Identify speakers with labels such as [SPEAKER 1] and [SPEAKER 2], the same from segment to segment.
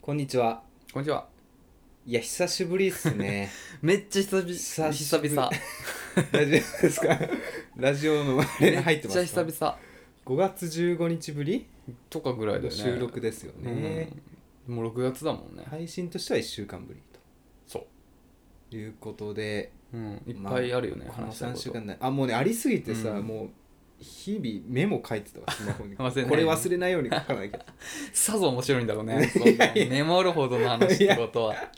[SPEAKER 1] こんにちは。
[SPEAKER 2] こんにちは。
[SPEAKER 1] いや、久しぶりっすね。
[SPEAKER 2] めっちゃ久々。
[SPEAKER 1] 久
[SPEAKER 2] 久
[SPEAKER 1] しぶり
[SPEAKER 2] 々。
[SPEAKER 1] 大丈夫ですか ラジオのあれ入ってます
[SPEAKER 2] めっちゃ久々。
[SPEAKER 1] 5月15日ぶり
[SPEAKER 2] とかぐらいだ
[SPEAKER 1] の
[SPEAKER 2] よね。
[SPEAKER 1] 収録ですよね。
[SPEAKER 2] うん。もう6月だもんね。
[SPEAKER 1] 配信としては1週間ぶり
[SPEAKER 2] そ
[SPEAKER 1] ということで、
[SPEAKER 2] う。うん。いっぱいあるよね、
[SPEAKER 1] この
[SPEAKER 2] 話したい
[SPEAKER 1] 3
[SPEAKER 2] こ
[SPEAKER 1] 週
[SPEAKER 2] と。
[SPEAKER 1] 間ない。あ、もうね、ありすぎてさ、
[SPEAKER 2] うん
[SPEAKER 1] もう日々メモ書いてたわ、スマホに。こ
[SPEAKER 2] 忘れないように
[SPEAKER 1] れ忘れないように書かないけど。
[SPEAKER 2] さぞ面白いんだろうね。そんなメモるほどの話ってことは。
[SPEAKER 1] いや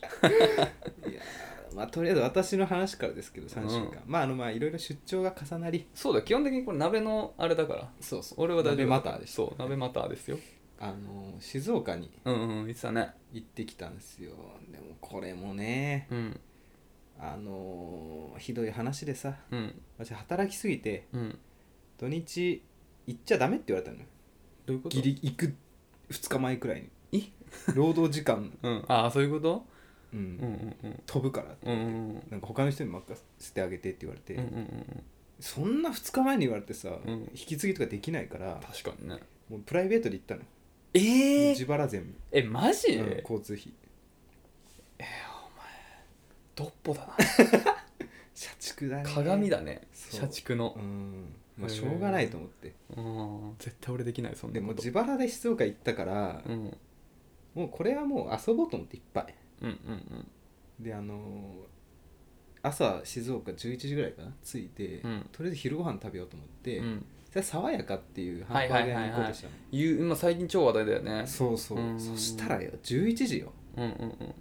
[SPEAKER 1] ーまあ、とりあえず私の話からですけど、3週間。まあ、あの、まあ、いろいろ出張が重なり、
[SPEAKER 2] そうだ、基本的にこれ鍋のあれだから。
[SPEAKER 1] そうそう。
[SPEAKER 2] 俺は大丈夫。
[SPEAKER 1] 鍋マターでした
[SPEAKER 2] そう、鍋マターですよ。
[SPEAKER 1] あの、静岡に
[SPEAKER 2] うんうん、いつだね。
[SPEAKER 1] 行ってきたんですよでもこれもね
[SPEAKER 2] うん。
[SPEAKER 1] あのーひどい話でさ
[SPEAKER 2] うん。
[SPEAKER 1] 私働きすぎて
[SPEAKER 2] うん。
[SPEAKER 1] 土日行っちゃダメって言われたのよ
[SPEAKER 2] どういうこと
[SPEAKER 1] ギリ行く2日前くらい
[SPEAKER 2] え
[SPEAKER 1] に労働時 間、
[SPEAKER 2] うん。ああ、そういうこと
[SPEAKER 1] うん
[SPEAKER 2] うんうんうん。
[SPEAKER 1] 飛ぶから
[SPEAKER 2] うんうんうん。
[SPEAKER 1] なんか他の人に任せてあげてって言われて、
[SPEAKER 2] うんうんうん。
[SPEAKER 1] そんな2日前に言われてさ、
[SPEAKER 2] うん
[SPEAKER 1] 引き継ぎとかできないから
[SPEAKER 2] 確かにね。
[SPEAKER 1] もうプライベートで行ったのよ
[SPEAKER 2] ええ
[SPEAKER 1] 自腹全
[SPEAKER 2] え、マジ
[SPEAKER 1] 部、うん交通費
[SPEAKER 2] どっぽだな。
[SPEAKER 1] 社畜だね
[SPEAKER 2] 鏡だね
[SPEAKER 1] そう
[SPEAKER 2] 社畜の
[SPEAKER 1] う、んまあしょうがないと思って
[SPEAKER 2] うん、絶対俺できないそん
[SPEAKER 1] で
[SPEAKER 2] な
[SPEAKER 1] も
[SPEAKER 2] こ
[SPEAKER 1] う
[SPEAKER 2] と
[SPEAKER 1] 自腹で静岡行ったから、
[SPEAKER 2] うんうん
[SPEAKER 1] もうこれはもう遊ぼうと思っていっぱい
[SPEAKER 2] うんうん
[SPEAKER 1] であのー朝静岡11時ぐらいかな着いて、
[SPEAKER 2] うん
[SPEAKER 1] とりあえず昼ご飯食べようと思って、
[SPEAKER 2] うん
[SPEAKER 1] それ爽やかっていうハ
[SPEAKER 2] は
[SPEAKER 1] ン
[SPEAKER 2] い
[SPEAKER 1] バ
[SPEAKER 2] は
[SPEAKER 1] ー
[SPEAKER 2] い
[SPEAKER 1] ガ
[SPEAKER 2] はいは
[SPEAKER 1] ーに
[SPEAKER 2] い
[SPEAKER 1] 行こうとしたの、
[SPEAKER 2] いう今最近超話題だよね
[SPEAKER 1] そうそう、
[SPEAKER 2] うん
[SPEAKER 1] そしたらよ11時よ
[SPEAKER 2] うんうん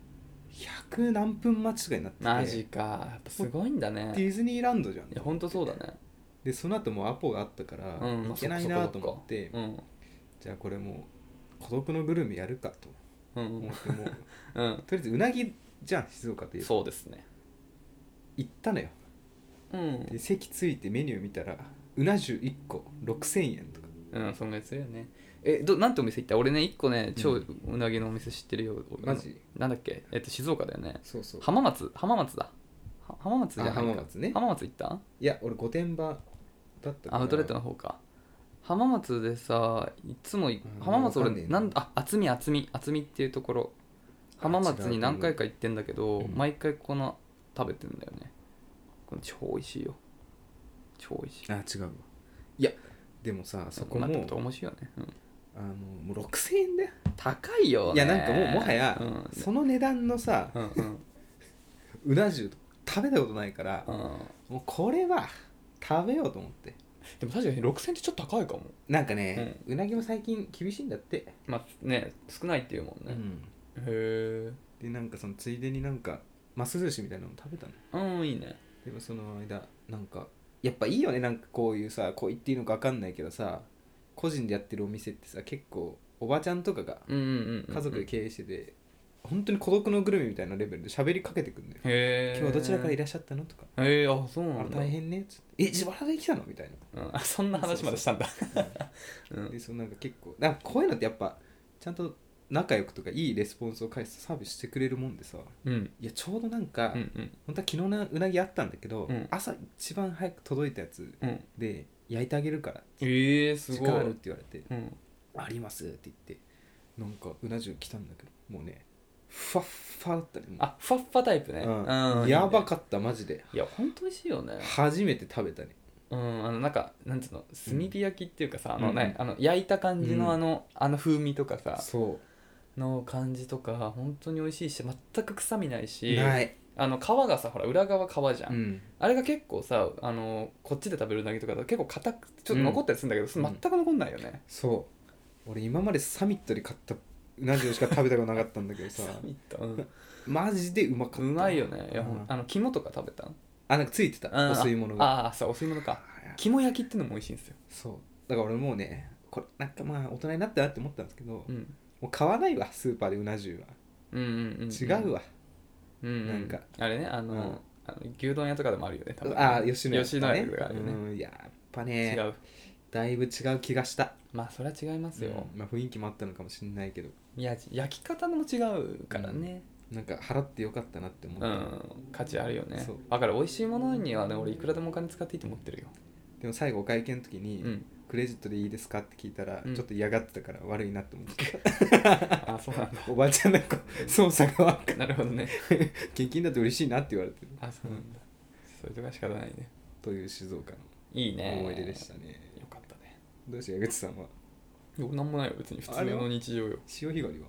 [SPEAKER 1] 100何分待ちとかになってて
[SPEAKER 2] マジかやっぱすごいんだ
[SPEAKER 1] デ
[SPEAKER 2] ね
[SPEAKER 1] ィズニーランドじゃん
[SPEAKER 2] いや本当そうだね
[SPEAKER 1] でその後もうアポがあったから、
[SPEAKER 2] うん
[SPEAKER 1] 行けないなと思って、
[SPEAKER 2] うん
[SPEAKER 1] じゃあこれもう孤独のグルメやるかと
[SPEAKER 2] うんう
[SPEAKER 1] 思
[SPEAKER 2] ん
[SPEAKER 1] ってもうと
[SPEAKER 2] うん
[SPEAKER 1] りあえずうなぎじゃん静岡といえば
[SPEAKER 2] そうですね
[SPEAKER 1] 行ったのよ
[SPEAKER 2] うん
[SPEAKER 1] で席ついてメニュー見たらうな重1個6000円とか
[SPEAKER 2] うんそんぐらいするよねえどなんてお店行った俺ね一個ね超
[SPEAKER 1] う
[SPEAKER 2] うなぎのお店知ってるよ
[SPEAKER 1] マジ
[SPEAKER 2] なんだっけえっと静岡だよね
[SPEAKER 1] そうそ
[SPEAKER 2] 浜松浜松だは浜松じゃないか
[SPEAKER 1] あ浜松ね
[SPEAKER 2] 浜松行った
[SPEAKER 1] いや俺御殿場だったから
[SPEAKER 2] アウトレットの方か浜松でさいつもい
[SPEAKER 1] うん
[SPEAKER 2] 浜松俺
[SPEAKER 1] わかんねえ
[SPEAKER 2] な
[SPEAKER 1] なん
[SPEAKER 2] あ厚み厚み厚みっていうところ浜松に何回か行ってんだけど、
[SPEAKER 1] うん
[SPEAKER 2] 毎回この食べてんだよねこの超美味しいよ超美味しい
[SPEAKER 1] あ違うわいやでもさそこも
[SPEAKER 2] な
[SPEAKER 1] あ
[SPEAKER 2] んか面白いよね、うん
[SPEAKER 1] のもう6000円だよ
[SPEAKER 2] 高いよね
[SPEAKER 1] いやなんかもうもはや、
[SPEAKER 2] うん、
[SPEAKER 1] その値段のさ
[SPEAKER 2] うんうん
[SPEAKER 1] うな重食べたことないから、
[SPEAKER 2] うん
[SPEAKER 1] もうこれは食べようと思って
[SPEAKER 2] でも確かに6000ってちょっと高いかも
[SPEAKER 1] なんかね、うなぎも最近厳しいんだって、
[SPEAKER 2] まあね少ないっていうもん
[SPEAKER 1] う
[SPEAKER 2] ね、
[SPEAKER 1] ん
[SPEAKER 2] へえ
[SPEAKER 1] でなんかそのついでになんかます寿司みたいなのも食べたの
[SPEAKER 2] うんいいね
[SPEAKER 1] でもその間なんかやっぱいいよねなんかこういうさこう言っていいのか分かんないけどさ個人でやってるお店ってさ結構おばちゃんとかが
[SPEAKER 2] うんうんうん、うん、
[SPEAKER 1] 家族で経営してて、本当に孤独のグルメみたいなレベルで喋りかけてくんだよ、
[SPEAKER 2] へえ
[SPEAKER 1] 今日どちらからいらっしゃったのとか、
[SPEAKER 2] えー、あそうな
[SPEAKER 1] あら
[SPEAKER 2] んだ
[SPEAKER 1] 大変ねつってえ自腹で来たのみたい
[SPEAKER 2] うんあそんな話までしたんだ
[SPEAKER 1] なでそのなんか結構なんかこういうのってやっぱちゃんと仲良くとかいいレスポンスを返してサービスしてくれるもんでさ
[SPEAKER 2] うん
[SPEAKER 1] いやちょうどなんか、
[SPEAKER 2] うんうん
[SPEAKER 1] 本当は昨日のうなぎあったんだけど、
[SPEAKER 2] うん
[SPEAKER 1] 朝一番早く届いたやつ
[SPEAKER 2] うん
[SPEAKER 1] で焼いてあげるから
[SPEAKER 2] ええす
[SPEAKER 1] 時
[SPEAKER 2] ごい
[SPEAKER 1] 間あるって言われて
[SPEAKER 2] うん
[SPEAKER 1] 「あります」って言ってなんかうな重来たんだけどもうねふわっふわだったねもう
[SPEAKER 2] あふわっふわタイプね
[SPEAKER 1] うん
[SPEAKER 2] うん
[SPEAKER 1] やば
[SPEAKER 2] いいね
[SPEAKER 1] かったマジで
[SPEAKER 2] いやほんと美味しいよね
[SPEAKER 1] 初めて食べたね
[SPEAKER 2] うんあのなんかなんつうの炭火焼きっていうかさあ
[SPEAKER 1] うん
[SPEAKER 2] のねあの焼いた感じ
[SPEAKER 1] うん
[SPEAKER 2] のあのあの風味とかさ
[SPEAKER 1] そ
[SPEAKER 2] の感じとか本当に美味しいし全く臭みないうし
[SPEAKER 1] ない
[SPEAKER 2] あの皮がさほら裏側皮じゃ
[SPEAKER 1] うんん
[SPEAKER 2] あれが結構さあのこっちで食べるうなぎとかだと結構硬くちょっと残ったりするんだけどそれ全く残んないよね
[SPEAKER 1] そう俺今までサミットで買ったうな重しか食べたことなかったんだけどさ
[SPEAKER 2] サミットうん
[SPEAKER 1] マジでうまかっ
[SPEAKER 2] う
[SPEAKER 1] た
[SPEAKER 2] まいよねいやほ
[SPEAKER 1] うんん
[SPEAKER 2] あの肝とか食べたん
[SPEAKER 1] あなんかついてたお
[SPEAKER 2] うん
[SPEAKER 1] 吸い物が
[SPEAKER 2] ああそうお吸い物か
[SPEAKER 1] いや
[SPEAKER 2] 肝焼きってのも美味しいんですよ
[SPEAKER 1] そうだから俺もうねこれなんかまあ大人になったなって思ったんですけど、
[SPEAKER 2] うん
[SPEAKER 1] もう買わないわスーパーでうな重は
[SPEAKER 2] うんうんうん
[SPEAKER 1] 違うわ、
[SPEAKER 2] うんうん
[SPEAKER 1] なんか
[SPEAKER 2] あれねあの,、
[SPEAKER 1] うん
[SPEAKER 2] あの牛丼屋とかでもあるよね多分
[SPEAKER 1] ああ吉野家
[SPEAKER 2] 吉野家とかあるよね
[SPEAKER 1] うん、やっぱ
[SPEAKER 2] 違
[SPEAKER 1] ね
[SPEAKER 2] う
[SPEAKER 1] だいぶ違う気がした、
[SPEAKER 2] まあそれは違いますよ、
[SPEAKER 1] まあ、雰囲気もあったのかもしれないけど
[SPEAKER 2] いや焼き方も違うからね
[SPEAKER 1] なんか払ってよかったなって思っ
[SPEAKER 2] う
[SPEAKER 1] た、
[SPEAKER 2] ん、価値あるよね
[SPEAKER 1] そう
[SPEAKER 2] だから美味しいものにはね俺いくらでもお金使っていいと思ってるよ、
[SPEAKER 1] でも最後お会計の時に、
[SPEAKER 2] うん、
[SPEAKER 1] クレジットでいいですかって聞いたら、
[SPEAKER 2] うん
[SPEAKER 1] ちょっと嫌がってたから悪いなって思って
[SPEAKER 2] あそうなんだ
[SPEAKER 1] おばあちゃんなんか操作が悪く
[SPEAKER 2] なるほどね
[SPEAKER 1] 現金だと嬉しいなって言われてる
[SPEAKER 2] あそうなんだそういうとこは仕方ないね
[SPEAKER 1] という静岡
[SPEAKER 2] いい
[SPEAKER 1] の
[SPEAKER 2] ね
[SPEAKER 1] 思い出でしたね
[SPEAKER 2] よかったね
[SPEAKER 1] どうして矢口さんはい
[SPEAKER 2] やなんもないよ別に普
[SPEAKER 1] あ
[SPEAKER 2] 通
[SPEAKER 1] れは
[SPEAKER 2] の日常よ
[SPEAKER 1] 潮干狩りは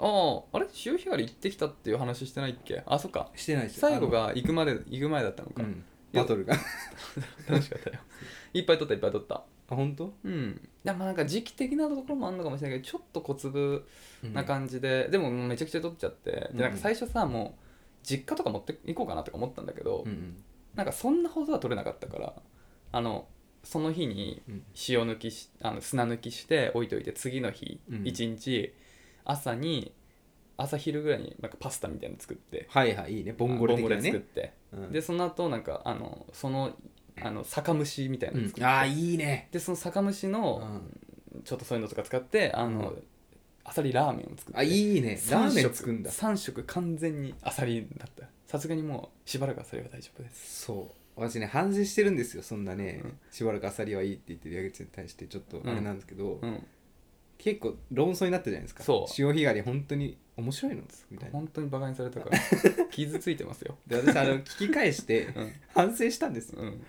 [SPEAKER 2] あああれ潮干狩り行ってきたっていう話してないっけあそっか
[SPEAKER 1] してないですよ
[SPEAKER 2] 最後が行くまで行く前だったの
[SPEAKER 1] あ
[SPEAKER 2] か、
[SPEAKER 1] のうんバトルが
[SPEAKER 2] 楽しかったよ いっぱい取ったいっぱい取った
[SPEAKER 1] あ本当
[SPEAKER 2] うんでもなんか時期的なところもあるのかもしれないけどちょっと小粒な感じで、でももうめちゃくちゃ取っちゃって
[SPEAKER 1] うん
[SPEAKER 2] でなんか最初さもう実家とか持って行こうかなとか思ったんだけど、
[SPEAKER 1] うんうん
[SPEAKER 2] なんかそんなほどは取れなかったからあのその日に
[SPEAKER 1] うん
[SPEAKER 2] 塩抜きしあの砂抜きして置いといて次の日
[SPEAKER 1] うん
[SPEAKER 2] 一、日朝に朝昼ぐらいになんかパスタみたいなの作って
[SPEAKER 1] はいはいいいねボンゴレ的な
[SPEAKER 2] ボンゴレ作っ
[SPEAKER 1] ね
[SPEAKER 2] て、
[SPEAKER 1] うん
[SPEAKER 2] でその後なんかあのそのあの酒蒸しみたいなの作って、
[SPEAKER 1] うんああいいね
[SPEAKER 2] でその酒蒸しのちょっとそういうのとか使ってあの、
[SPEAKER 1] うん
[SPEAKER 2] アサリラーメンを作って
[SPEAKER 1] あいいねラーメ
[SPEAKER 2] 三
[SPEAKER 1] ン
[SPEAKER 2] 食
[SPEAKER 1] 作んだ
[SPEAKER 2] 3食完全にアサリだったさすがにもうしばらくアサリは大丈夫です
[SPEAKER 1] そう私ね反省してるんですよそんなね、
[SPEAKER 2] うん
[SPEAKER 1] しばらくあさりはいいって言ってる矢口に対してちょっとあれなんですけど、
[SPEAKER 2] うん
[SPEAKER 1] 結構論争になったじゃないですか
[SPEAKER 2] そう
[SPEAKER 1] 潮干狩り本当に面白いのみたいな
[SPEAKER 2] 本当にバカにされた から傷ついてますよ
[SPEAKER 1] で私あの聞き返して
[SPEAKER 2] うん
[SPEAKER 1] 反省したんですよ
[SPEAKER 2] うん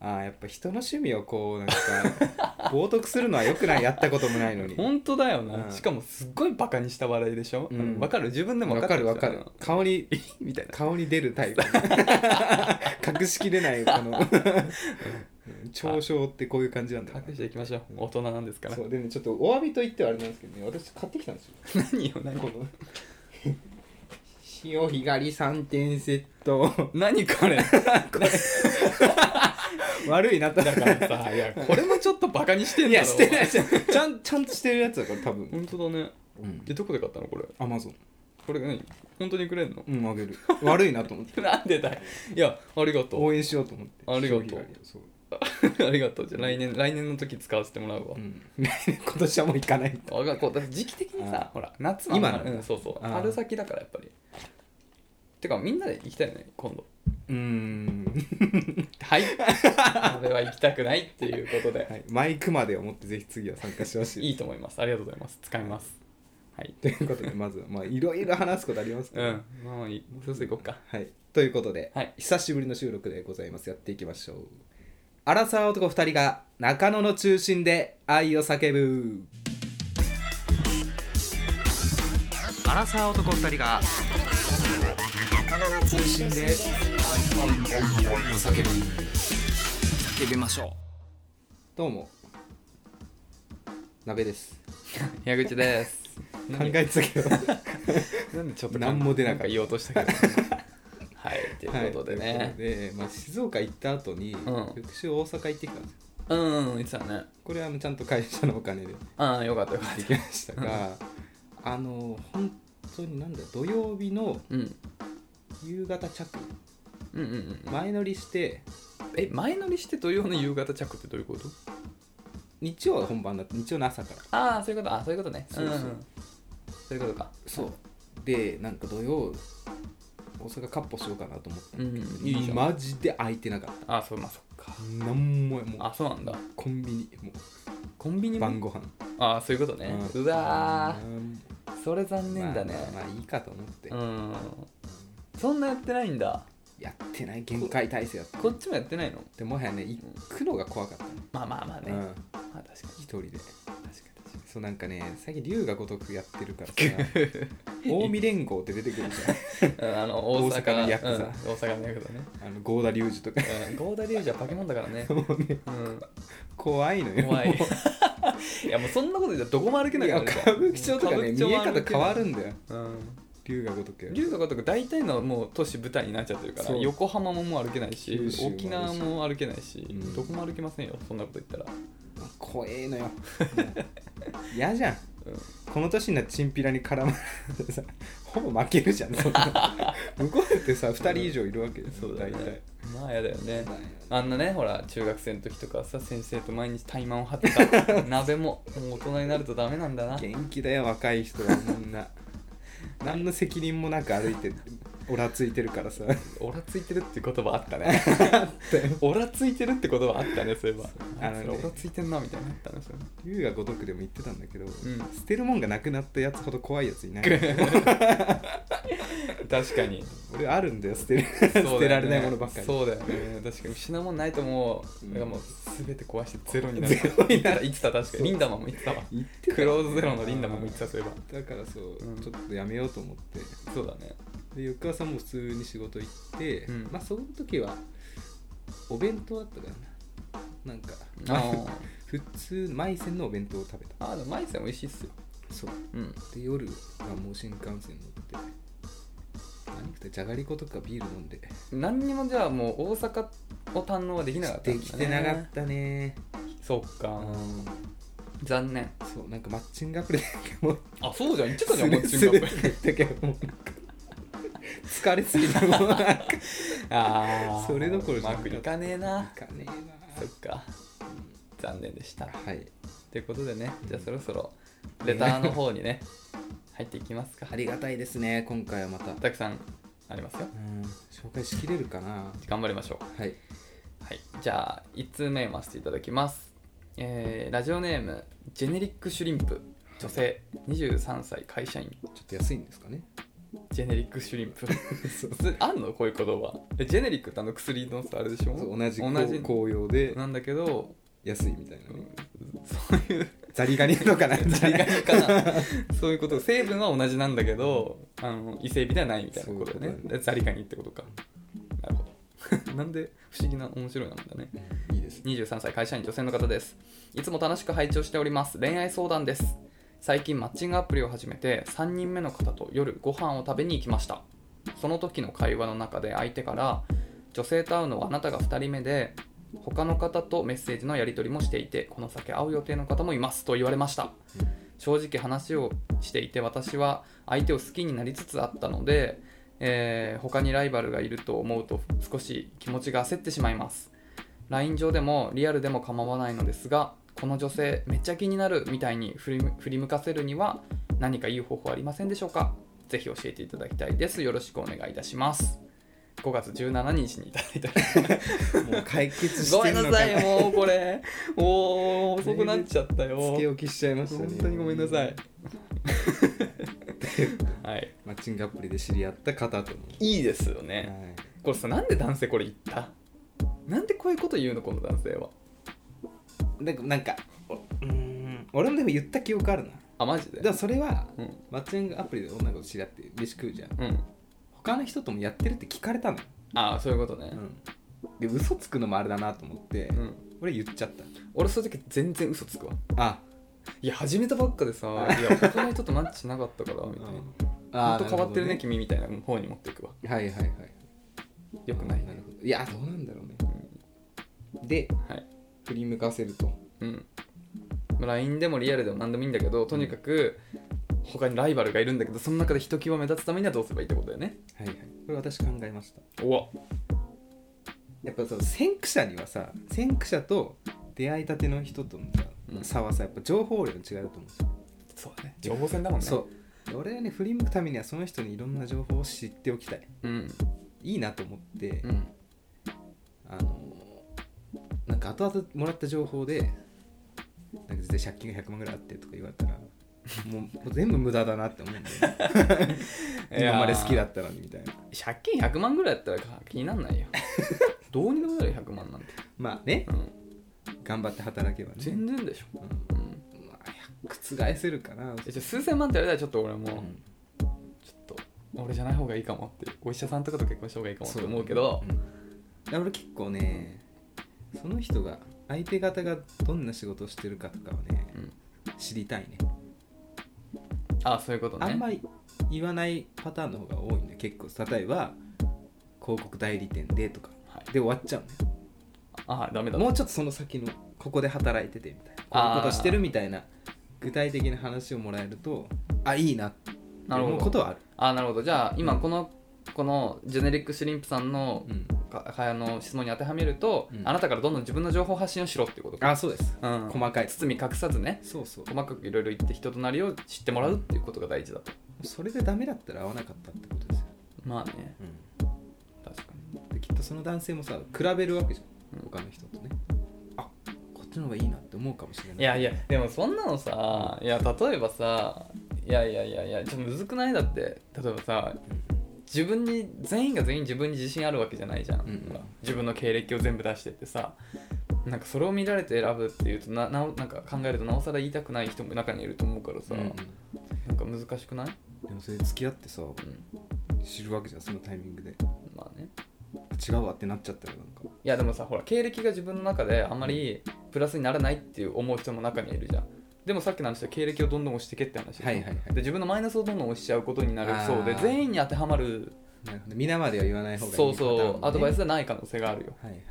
[SPEAKER 1] ああやっぱ人の趣味をこうなん か冒涜するのはよくないやったこともないのに
[SPEAKER 2] 本当だよな、
[SPEAKER 1] うん
[SPEAKER 2] しかもすっごいバカにした笑いでしょ、
[SPEAKER 1] う
[SPEAKER 2] うんわかる自分でも
[SPEAKER 1] わか
[SPEAKER 2] 分か
[SPEAKER 1] る
[SPEAKER 2] る
[SPEAKER 1] わかる顔に
[SPEAKER 2] うんみたいな
[SPEAKER 1] 顔に出るタ イプ隠しきれないこ の嘲笑ってこういう感じなんだよな
[SPEAKER 2] 隠していきましょう、
[SPEAKER 1] うん
[SPEAKER 2] 大人なんですから
[SPEAKER 1] そうでねちょっとお詫びと言ってはあれなんですけどね私買ってきたんですよ
[SPEAKER 2] 何よ何
[SPEAKER 1] こ の潮干狩り3点セット
[SPEAKER 2] 何これ
[SPEAKER 1] 悪いなった
[SPEAKER 2] だからさいやこれもちょっとバカにして
[SPEAKER 1] い
[SPEAKER 2] んだ
[SPEAKER 1] や
[SPEAKER 2] ろ
[SPEAKER 1] して ないしてないちゃんちゃんとしてるやつだから多
[SPEAKER 2] お
[SPEAKER 1] 分
[SPEAKER 2] 前本当だね
[SPEAKER 1] うん
[SPEAKER 2] でどこで買ったのこれ
[SPEAKER 1] アマゾン
[SPEAKER 2] これ何本当にくれんの
[SPEAKER 1] うんあ げる悪いなと思って
[SPEAKER 2] なんでだよいやありがとう
[SPEAKER 1] 応援しようと思って
[SPEAKER 2] ありがとう
[SPEAKER 1] 潮干狩りをそう、
[SPEAKER 2] ありがとうじゃあ来年来年の時使わせてもらうわ
[SPEAKER 1] う、ん、 今年はもう行かない
[SPEAKER 2] わかるこうだって時期的にさほら夏は
[SPEAKER 1] 今
[SPEAKER 2] あんま
[SPEAKER 1] なんだ
[SPEAKER 2] うん、そうそう
[SPEAKER 1] あー
[SPEAKER 2] 春先だからやっぱりてかみんなで行きたいよね今度
[SPEAKER 1] うーん、
[SPEAKER 2] はい 俺は行きたくないっていうことで、
[SPEAKER 1] はい、マイクまでを持ってぜひ次は参加してほしい
[SPEAKER 2] い、いと思いますありがとうございます使いますはい
[SPEAKER 1] ということでまずはまあいろいろ話すことありますけ
[SPEAKER 2] う
[SPEAKER 1] ど、
[SPEAKER 2] んもういいそろそろ行こうか
[SPEAKER 1] はい、ということで、
[SPEAKER 2] はい
[SPEAKER 1] 久しぶりの収録でございますやっていきましょうアラサー男2人が中野の中心で愛を叫ぶアラサー男2人が中心で愛を叫ぶ叫びましょうどうも鍋です
[SPEAKER 2] 矢口 です
[SPEAKER 1] 考えてたけど
[SPEAKER 2] なんでちょっと
[SPEAKER 1] 何も出なかった
[SPEAKER 2] ん言おうとしたけどはいということで
[SPEAKER 1] はい
[SPEAKER 2] ね、
[SPEAKER 1] ということでまあ、静岡行った後に、
[SPEAKER 2] ん
[SPEAKER 1] 翌週大阪行ってきたんですよ
[SPEAKER 2] うんうんいつだね
[SPEAKER 1] これはあのちゃんと会社のお金で
[SPEAKER 2] ああよかったよかっ
[SPEAKER 1] できましたがあの本当になんだ土曜日の
[SPEAKER 2] た、うん、
[SPEAKER 1] 夕方着
[SPEAKER 2] うんうんうん
[SPEAKER 1] 前乗りして
[SPEAKER 2] え前乗りして土曜の夕方着ってどういうこと
[SPEAKER 1] 日曜は本番だって日曜の朝から
[SPEAKER 2] ああそういうことあそういうことね
[SPEAKER 1] そうそうん
[SPEAKER 2] んそういうことか
[SPEAKER 1] そうでなんか土曜大阪かっ歩しようかなと思った
[SPEAKER 2] うん
[SPEAKER 1] だ
[SPEAKER 2] ん
[SPEAKER 1] けど
[SPEAKER 2] いいじゃん
[SPEAKER 1] マジで空いてなかっ
[SPEAKER 2] あそうまあそった
[SPEAKER 1] なんももう
[SPEAKER 2] あそうなんだ
[SPEAKER 1] コンビニも
[SPEAKER 2] コンビニ
[SPEAKER 1] う
[SPEAKER 2] も
[SPEAKER 1] 晩ご飯
[SPEAKER 2] ああそういうことね
[SPEAKER 1] うん
[SPEAKER 2] うわ
[SPEAKER 1] うん
[SPEAKER 2] ーそれ残念だね
[SPEAKER 1] まあ、まあまあいいかと思って、
[SPEAKER 2] うんそんなやってないんだ
[SPEAKER 1] やってない限界体制やった
[SPEAKER 2] こっちもやってないの
[SPEAKER 1] でもはやね行くのが怖かったね、
[SPEAKER 2] まあまあまあね
[SPEAKER 1] う
[SPEAKER 2] ま
[SPEAKER 1] ん
[SPEAKER 2] あ確かに
[SPEAKER 1] 一人で
[SPEAKER 2] 確かに
[SPEAKER 1] そうなんかね最近龍が如くやってるからさ近江連合って出てくるじ
[SPEAKER 2] 確かにうんあの大
[SPEAKER 1] 大阪
[SPEAKER 2] 阪
[SPEAKER 1] のヤクザ
[SPEAKER 2] うん大阪のヤクザね
[SPEAKER 1] ゃん あの郷田龍二とか
[SPEAKER 2] うん郷田龍二は化け物だか らね
[SPEAKER 1] もうね
[SPEAKER 2] うん
[SPEAKER 1] 怖いのよ
[SPEAKER 2] 怖い
[SPEAKER 1] も
[SPEAKER 2] いやもうそんなこと言ったらどこも歩け
[SPEAKER 1] う
[SPEAKER 2] ないくな
[SPEAKER 1] や
[SPEAKER 2] るか
[SPEAKER 1] 歌
[SPEAKER 2] ら
[SPEAKER 1] 舞伎町とかね見え
[SPEAKER 2] 歌舞伎町も
[SPEAKER 1] 方
[SPEAKER 2] 歩けない
[SPEAKER 1] 変わるんだよ
[SPEAKER 2] うん
[SPEAKER 1] 龍が如くは
[SPEAKER 2] 龍が如く大体のもう都市舞台になっちゃってるから
[SPEAKER 1] そう
[SPEAKER 2] 横浜ももう歩けないし
[SPEAKER 1] 九州もあるし
[SPEAKER 2] 沖縄も歩けないし、
[SPEAKER 1] うん
[SPEAKER 2] どこも歩けませんよそんなこと言ったら、
[SPEAKER 1] 怖えのよ もう嫌じゃん
[SPEAKER 2] うん
[SPEAKER 1] この年になってチンピラに絡まれてさほぼ負けるじゃんそん な向こうってさ2人以上いるわけで
[SPEAKER 2] そうだ
[SPEAKER 1] 大
[SPEAKER 2] ね
[SPEAKER 1] 体
[SPEAKER 2] まあやだよ
[SPEAKER 1] だ
[SPEAKER 2] ね
[SPEAKER 1] よ
[SPEAKER 2] あんなねほら中学生の時とかさ先生と毎日怠慢を張っ てた鍋ももう大人になるとダメなん だな
[SPEAKER 1] 元気だよ若い人はみんな何の責任もなく歩いてるオラついてるからさ
[SPEAKER 2] オラついてるって言葉あった ねオラついてるって言葉あったねそういえば
[SPEAKER 1] あ
[SPEAKER 2] あ
[SPEAKER 1] のね
[SPEAKER 2] のオラついてんなみたいなのあったねそれ
[SPEAKER 1] 龍が如くでも言ってたんだけど、
[SPEAKER 2] ん
[SPEAKER 1] 捨てるもんがなくなったやつほど怖いやついない
[SPEAKER 2] 確か に
[SPEAKER 1] 俺あるんだよ捨てる
[SPEAKER 2] そうだよ ね
[SPEAKER 1] 捨てられないものばっかり
[SPEAKER 2] そうだよね確かに失うもんないともう、
[SPEAKER 1] うん
[SPEAKER 2] だからもう全て壊してゼロになる
[SPEAKER 1] ゼロになる
[SPEAKER 2] 言ってた確かにリンダマンも言ってたわ
[SPEAKER 1] 言ってた
[SPEAKER 2] クローズゼロのリンダマンも言ってたそういえば
[SPEAKER 1] だからそう、
[SPEAKER 2] うん
[SPEAKER 1] ちょっとやめようと思って
[SPEAKER 2] そうだね
[SPEAKER 1] で翌朝も普通に仕事行って、
[SPEAKER 2] うん
[SPEAKER 1] まあその時はお弁当あったからななんか
[SPEAKER 2] あ
[SPEAKER 1] まあ
[SPEAKER 2] の
[SPEAKER 1] 普通マイセンのお弁当を食べた
[SPEAKER 2] あでもマイセン美味しいっすよ
[SPEAKER 1] そう
[SPEAKER 2] うん
[SPEAKER 1] で夜はもう新幹線乗って何食ってじゃがりことかビール飲んで
[SPEAKER 2] 何にもじゃあもう大阪を堪能はできなかったん
[SPEAKER 1] で
[SPEAKER 2] だね
[SPEAKER 1] きてなかったね
[SPEAKER 2] そっか、
[SPEAKER 1] うん
[SPEAKER 2] 残念
[SPEAKER 1] そうなんかマッチングアプリだけもう
[SPEAKER 2] あそうじゃん言って
[SPEAKER 1] すれすれって言ったけどもうなんか疲れすぎたもうなんか
[SPEAKER 2] ああ
[SPEAKER 1] それどころじゃ
[SPEAKER 2] う
[SPEAKER 1] な
[SPEAKER 2] ま
[SPEAKER 1] かっ
[SPEAKER 2] く
[SPEAKER 1] た
[SPEAKER 2] いかねえな
[SPEAKER 1] かね
[SPEAKER 2] そっか残念でし
[SPEAKER 1] え
[SPEAKER 2] た
[SPEAKER 1] なはい
[SPEAKER 2] ということでねじゃあそろそろレターの方 にね入っていきますか
[SPEAKER 1] ありがたいですね今回はまた
[SPEAKER 2] たくさんありますよ
[SPEAKER 1] うん紹介しきれるかな
[SPEAKER 2] 頑張りましょ
[SPEAKER 1] はい、
[SPEAKER 2] うはいじゃあ1通目読ませていただきますえーラジオネームジェネリックシュリンプ女性23歳会社員
[SPEAKER 1] ちょっと安いんですかね。
[SPEAKER 2] ジェネリックシュリンプ
[SPEAKER 1] そう
[SPEAKER 2] 普通あんのこういう言葉えジェネリックってあの薬のさあれでしょ
[SPEAKER 1] 同じ
[SPEAKER 2] 同じ
[SPEAKER 1] 紅葉で
[SPEAKER 2] なんだけど、
[SPEAKER 1] 安いみたいな
[SPEAKER 2] う
[SPEAKER 1] ね。
[SPEAKER 2] んそういう
[SPEAKER 1] ザリガニのかな
[SPEAKER 2] ザリガニかなそういうこと成分は同じなんだけどあの伊勢海老ではないみたいなことだ
[SPEAKER 1] そういう
[SPEAKER 2] ね
[SPEAKER 1] ことだ
[SPEAKER 2] ザリガニってことかなるほど なんで不思議な面白いなんだね
[SPEAKER 1] いいです。
[SPEAKER 2] 23歳会社員女性の方ですいつも楽しく拝聴しております恋愛相談です最近マッチングアプリを始めて3人目の方と夜ご飯を食べに行きましたその時の会話の中で相手から女性と会うのはあなたが2人目で他の方とメッセージのやり取りもしていてこの先会う予定の方もいますと言われました正直話をしていて私は相手を好きになりつつあったので、えー他にライバルがいると思うと少し気持ちが焦ってしまいます LINE 上でもリアルでも構わないのですがこの女性めっちゃ気になるみたいに振り振り向かせるには何かいい方法ありませんでしょうかぜひ教えていただきたいですよろしくお願いいたします5月17日にいただいた
[SPEAKER 1] もう解決し
[SPEAKER 2] ご
[SPEAKER 1] て
[SPEAKER 2] め
[SPEAKER 1] んの
[SPEAKER 2] ん
[SPEAKER 1] か
[SPEAKER 2] なさいもうこれおー遅くなっちゃったよ
[SPEAKER 1] つけ置きしちゃいましたね。
[SPEAKER 2] 本当にごめんな さい。はい、
[SPEAKER 1] マッチングアプリで知り合った方との。
[SPEAKER 2] いいですよ
[SPEAKER 1] はい
[SPEAKER 2] ね。これさなんで男性これ言ったなんでこういうこと言うのこの男性は
[SPEAKER 1] なんか、なんか、おうーん俺もでも言った記憶あるな。
[SPEAKER 2] あマジで
[SPEAKER 1] だからそれは、
[SPEAKER 2] うん
[SPEAKER 1] マッチングアプリで女の子と知り合って飯食うじゃん。
[SPEAKER 2] うん
[SPEAKER 1] 他の人ともやってるって聞かれたの。
[SPEAKER 2] ああそういうことね
[SPEAKER 1] うん。で、嘘つくのもあれだなと思って、
[SPEAKER 2] うん、
[SPEAKER 1] 俺言っちゃった。
[SPEAKER 2] 俺そういう時全然嘘つくわ
[SPEAKER 1] あ、
[SPEAKER 2] いや始めたばっかでさいや他の人とマッチしなかったからみたいな
[SPEAKER 1] あー
[SPEAKER 2] 本当変わってる
[SPEAKER 1] なほ
[SPEAKER 2] ね
[SPEAKER 1] ど
[SPEAKER 2] 君みたいな方に持っていくわ
[SPEAKER 1] はいはいはい。
[SPEAKER 2] よくない
[SPEAKER 1] なる
[SPEAKER 2] ね
[SPEAKER 1] ほどいやどうなんだろうね、で
[SPEAKER 2] はい
[SPEAKER 1] 振り向かせると
[SPEAKER 2] うんまあ LINE でもリアルでも何でもいいんだけどとにかく他にライバルがいるんだけどその中でひときわ目立つためにはどうすればいいってことだよね
[SPEAKER 1] はいはいこれ私考えました
[SPEAKER 2] おわ
[SPEAKER 1] やっぱその先駆者にはさ先駆者と出会いたての人とのさ、
[SPEAKER 2] うん
[SPEAKER 1] 差はさやっぱ情報量が違うと思うんですよ、
[SPEAKER 2] そうだね情報戦だもんね
[SPEAKER 1] そう俺はね振り向くためにはその人にいろんな情報を知っておきたい
[SPEAKER 2] うん
[SPEAKER 1] いいなと思って、
[SPEAKER 2] うん、
[SPEAKER 1] あのーなんか後々もらった情報でなんか絶対借金が100万ぐらいあってとか言われたらもうもう全部無駄だなって思うんだよ、 ね今まで好きだったのにみたいな
[SPEAKER 2] 借金100万ぐらいだったらか気になん ないよどうにでもなるよ100万なんて、
[SPEAKER 1] まあね
[SPEAKER 2] うん、
[SPEAKER 1] 頑張って働けばね
[SPEAKER 2] 全然でしょ、
[SPEAKER 1] うん
[SPEAKER 2] うん、
[SPEAKER 1] まあ覆せるかな
[SPEAKER 2] えじゃあ数千万ってやれたらちょっと俺も、
[SPEAKER 1] うん
[SPEAKER 2] ちょっと俺じゃない方がいいかもってお医者さんとかと結婚した方がいいかもって思うけど
[SPEAKER 1] うんだから俺結構ねその人が相手方がどんな仕事をしてるかとかはね
[SPEAKER 2] うん、
[SPEAKER 1] 知りたいね
[SPEAKER 2] ああそういうことね
[SPEAKER 1] あんまり言わないパターンの方が多いんだよ結構例えば広告代理店でとか
[SPEAKER 2] はい
[SPEAKER 1] で終わっちゃうんだよ
[SPEAKER 2] ああダメだ
[SPEAKER 1] もうちょっとその先のここで働いててみたいなこういうことしてるみたいな具体的な話をもらえるとあいいなって
[SPEAKER 2] なる
[SPEAKER 1] 思うこ
[SPEAKER 2] ほ
[SPEAKER 1] と
[SPEAKER 2] ど
[SPEAKER 1] はある
[SPEAKER 2] ああなるほどじゃあ今この、このジェネリックシュリンプさんの
[SPEAKER 1] うん
[SPEAKER 2] かあの質問に当てはめると、
[SPEAKER 1] うん
[SPEAKER 2] あなたからどんどん自分の情報発信をしろっていうことか、
[SPEAKER 1] あそうです
[SPEAKER 2] うん、
[SPEAKER 1] 細かい
[SPEAKER 2] 包み隠さずね
[SPEAKER 1] そうそう
[SPEAKER 2] 細かくいろいろ言って人となりを知ってもらうっていうことが大事だと
[SPEAKER 1] それでダメだったら合わなかったってことですよ
[SPEAKER 2] うまあね
[SPEAKER 1] う
[SPEAKER 2] 確かに
[SPEAKER 1] ん、できっとその男性もさ比べるわけじゃん、
[SPEAKER 2] うん
[SPEAKER 1] 他の人とねあこっちの方がいいなって思うかもしれない
[SPEAKER 2] いやいやでもそんなのさいや例えばさいやいやいやいやちょっとむずくないだって例えばさ自分に全員が全員自分に自信あるわけじゃないじゃん、
[SPEAKER 1] うんうん
[SPEAKER 2] ほら自分の経歴を全部出してってさなんかそれを見られて選ぶっていうとななおなんか考えるとなおさら言いたくない人も中にいると思うからさ、
[SPEAKER 1] うんうん
[SPEAKER 2] なんか難しくない、
[SPEAKER 1] でもそれ付き合ってさ
[SPEAKER 2] うん、
[SPEAKER 1] 知るわけじゃんそのタイミングで
[SPEAKER 2] まあね
[SPEAKER 1] 違うわってなっちゃったらなんか
[SPEAKER 2] いやでもさほら経歴が自分の中であんまりプラスにならないっていう思う人も中にはいるじゃんでもさっきの話で経歴をどんどん押してけって話でしょ
[SPEAKER 1] はいはいはい
[SPEAKER 2] で自分のマイナスをどんどん押しちゃうことになるそうで
[SPEAKER 1] あー
[SPEAKER 2] 全員に当てはまる
[SPEAKER 1] なるほど皆までは言わない方がいい
[SPEAKER 2] そうそうアドバイス
[SPEAKER 1] は
[SPEAKER 2] はない可能性があるよ
[SPEAKER 1] いはいはい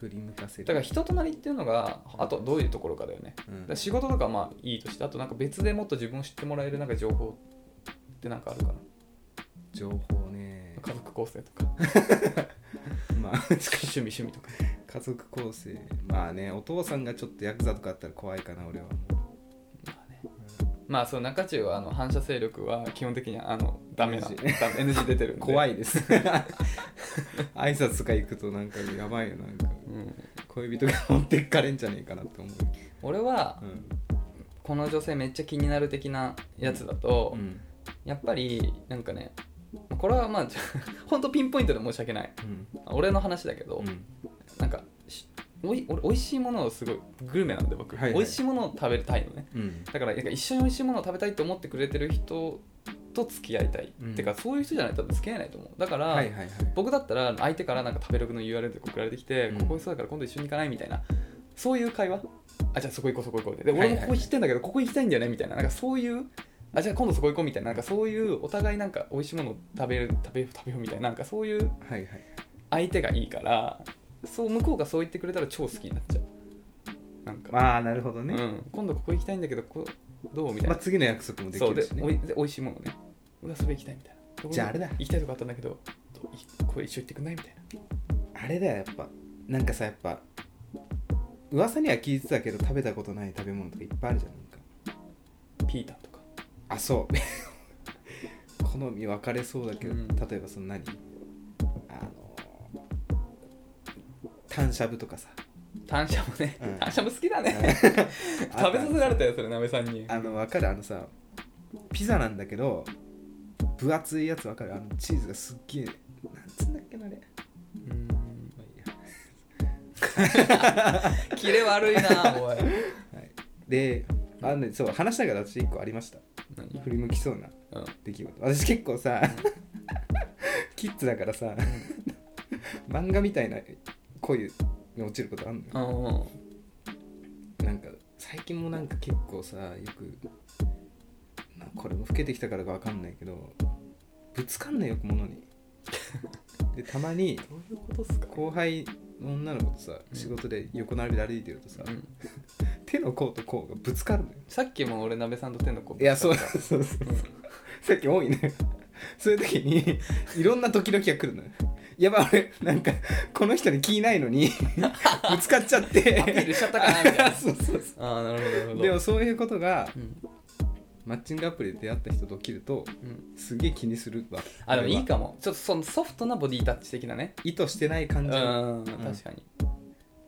[SPEAKER 1] 振り向かせる
[SPEAKER 2] だから人となりっていうのがあとはどういうところかだよね
[SPEAKER 1] うん
[SPEAKER 2] だから仕事とかはまあいいとしてあとなんか別でもっと自分を知ってもらえるなんか情報ってなんかあるかな
[SPEAKER 1] 情報ね
[SPEAKER 2] 家族構成 とか
[SPEAKER 1] まあ
[SPEAKER 2] 趣味趣味とか
[SPEAKER 1] 家族構成まあねお父さんがちょっとヤクザとかあったら怖いかな俺は
[SPEAKER 2] まあねまあそう中中はあの反射性力は基本的にあのダメな
[SPEAKER 1] NG
[SPEAKER 2] ダメ NG 出てるんで
[SPEAKER 1] 怖
[SPEAKER 2] い、
[SPEAKER 1] いです 挨拶とか行くとなんかやばいよなんか
[SPEAKER 2] うん、
[SPEAKER 1] 恋人が持ってかれんじゃねえかなって思う、
[SPEAKER 2] 俺は
[SPEAKER 1] うん
[SPEAKER 2] この女性めっちゃ気になる的なやつだと、
[SPEAKER 1] うん
[SPEAKER 2] やっぱりなんかねこれはまあ本当ピンポイントで申し訳ない
[SPEAKER 1] うん
[SPEAKER 2] 俺の話だけど、
[SPEAKER 1] うん
[SPEAKER 2] なんかしおい俺美味しいものをすごいグルメなんで僕、
[SPEAKER 1] はいはい
[SPEAKER 2] 美味しいものを食べたいのね
[SPEAKER 1] うん
[SPEAKER 2] だからなんか一緒に美味しいものを食べたいと思ってくれてる人と付き合いたい、
[SPEAKER 1] うん
[SPEAKER 2] てかそういう人じゃないと多分付き合えないと思うだから、
[SPEAKER 1] はいはいはい
[SPEAKER 2] 僕だったら相手からなんか食べログの URL で送られてきて、
[SPEAKER 1] うん
[SPEAKER 2] ここ行きそうだから今度一緒に行かないみたいなそういう会話あじゃあそこ行こうそこ行こうで
[SPEAKER 1] は
[SPEAKER 2] で
[SPEAKER 1] いはい
[SPEAKER 2] 俺もここ知ってんだけどここ行きたいんだよねみたいななんかそういうあじゃあ今度そこ行こうみたいななんかそういうお互いなんか美味しいものを食べる食べよう食べようみたいななんかそういう
[SPEAKER 1] はいはい
[SPEAKER 2] 相手がいいからそう向こうがそう言ってくれたら超好きになっちゃうなんか、
[SPEAKER 1] まあなるほどね、
[SPEAKER 2] うん、今度ここ行きたいんだけどここどうみたい
[SPEAKER 1] まあ、
[SPEAKER 2] な、
[SPEAKER 1] 次の約束もで
[SPEAKER 2] そ
[SPEAKER 1] き
[SPEAKER 2] うで
[SPEAKER 1] るしね
[SPEAKER 2] おいで美味しいものねうわそれ行きたいみたいなどこ
[SPEAKER 1] じゃああれだ
[SPEAKER 2] 行きたいとこあったんだけどどいこれ一緒行ってくんないみたいな
[SPEAKER 1] あれだよやっぱなんかさやっぱ噂には聞いてたけど食べたことない食べ物とかいっぱいあるじゃんなんか
[SPEAKER 2] ピータンとか
[SPEAKER 1] あそう好み分かれそうだけど、
[SPEAKER 2] うん
[SPEAKER 1] 例えばその何あの単しゃぶとかさ
[SPEAKER 2] 単車もね、
[SPEAKER 1] うん
[SPEAKER 2] 単車も好きだね、 食べ
[SPEAKER 1] あ
[SPEAKER 2] させられたよそれなべさんに
[SPEAKER 1] あの分かるあのさピザなんだけど分厚いやつ分かるあのチーズがすっげえなんつうんだっけなあれ
[SPEAKER 2] うん
[SPEAKER 1] まあいいや
[SPEAKER 2] キレ悪いなおい
[SPEAKER 1] であの、ね、そう話したから私1個ありました
[SPEAKER 2] 何
[SPEAKER 1] 振り向きそうな
[SPEAKER 2] うん
[SPEAKER 1] 出来事私結構さキッズだからさ漫画みたいな恋に落ちることあんのよ
[SPEAKER 2] うんうん
[SPEAKER 1] なんか最近もなんか結構さよくなこれも老けてきたからかわかんないけどぶつかんないよ物にでたまに
[SPEAKER 2] どういうことっすか
[SPEAKER 1] 後輩の女の子とさ仕事で横並びで歩いてるとさ、
[SPEAKER 2] うん
[SPEAKER 1] 手の甲と甲がぶつかるのよ
[SPEAKER 2] さっきも俺なべさんと天の子
[SPEAKER 1] いや そうそうそうそう
[SPEAKER 2] うん
[SPEAKER 1] さっき多いねそういう時にいろんな時々が来るのよやばい俺なんかこの人に気ないのにぶつかっちゃって
[SPEAKER 2] アピールしちゃったかなみたい な
[SPEAKER 1] そうそうそ
[SPEAKER 2] ああなるほどなるほ
[SPEAKER 1] う
[SPEAKER 2] ど
[SPEAKER 1] でもそういうことが
[SPEAKER 2] うん
[SPEAKER 1] マッチングアプリで出会った人と起きると
[SPEAKER 2] うん
[SPEAKER 1] すげえ気にするわ
[SPEAKER 2] あでもいい
[SPEAKER 1] 俺は
[SPEAKER 2] かもちょっとそのソフトなボディタッチ的なね
[SPEAKER 1] 意図してない感
[SPEAKER 2] う
[SPEAKER 1] じ
[SPEAKER 2] ん
[SPEAKER 1] の
[SPEAKER 2] 確かに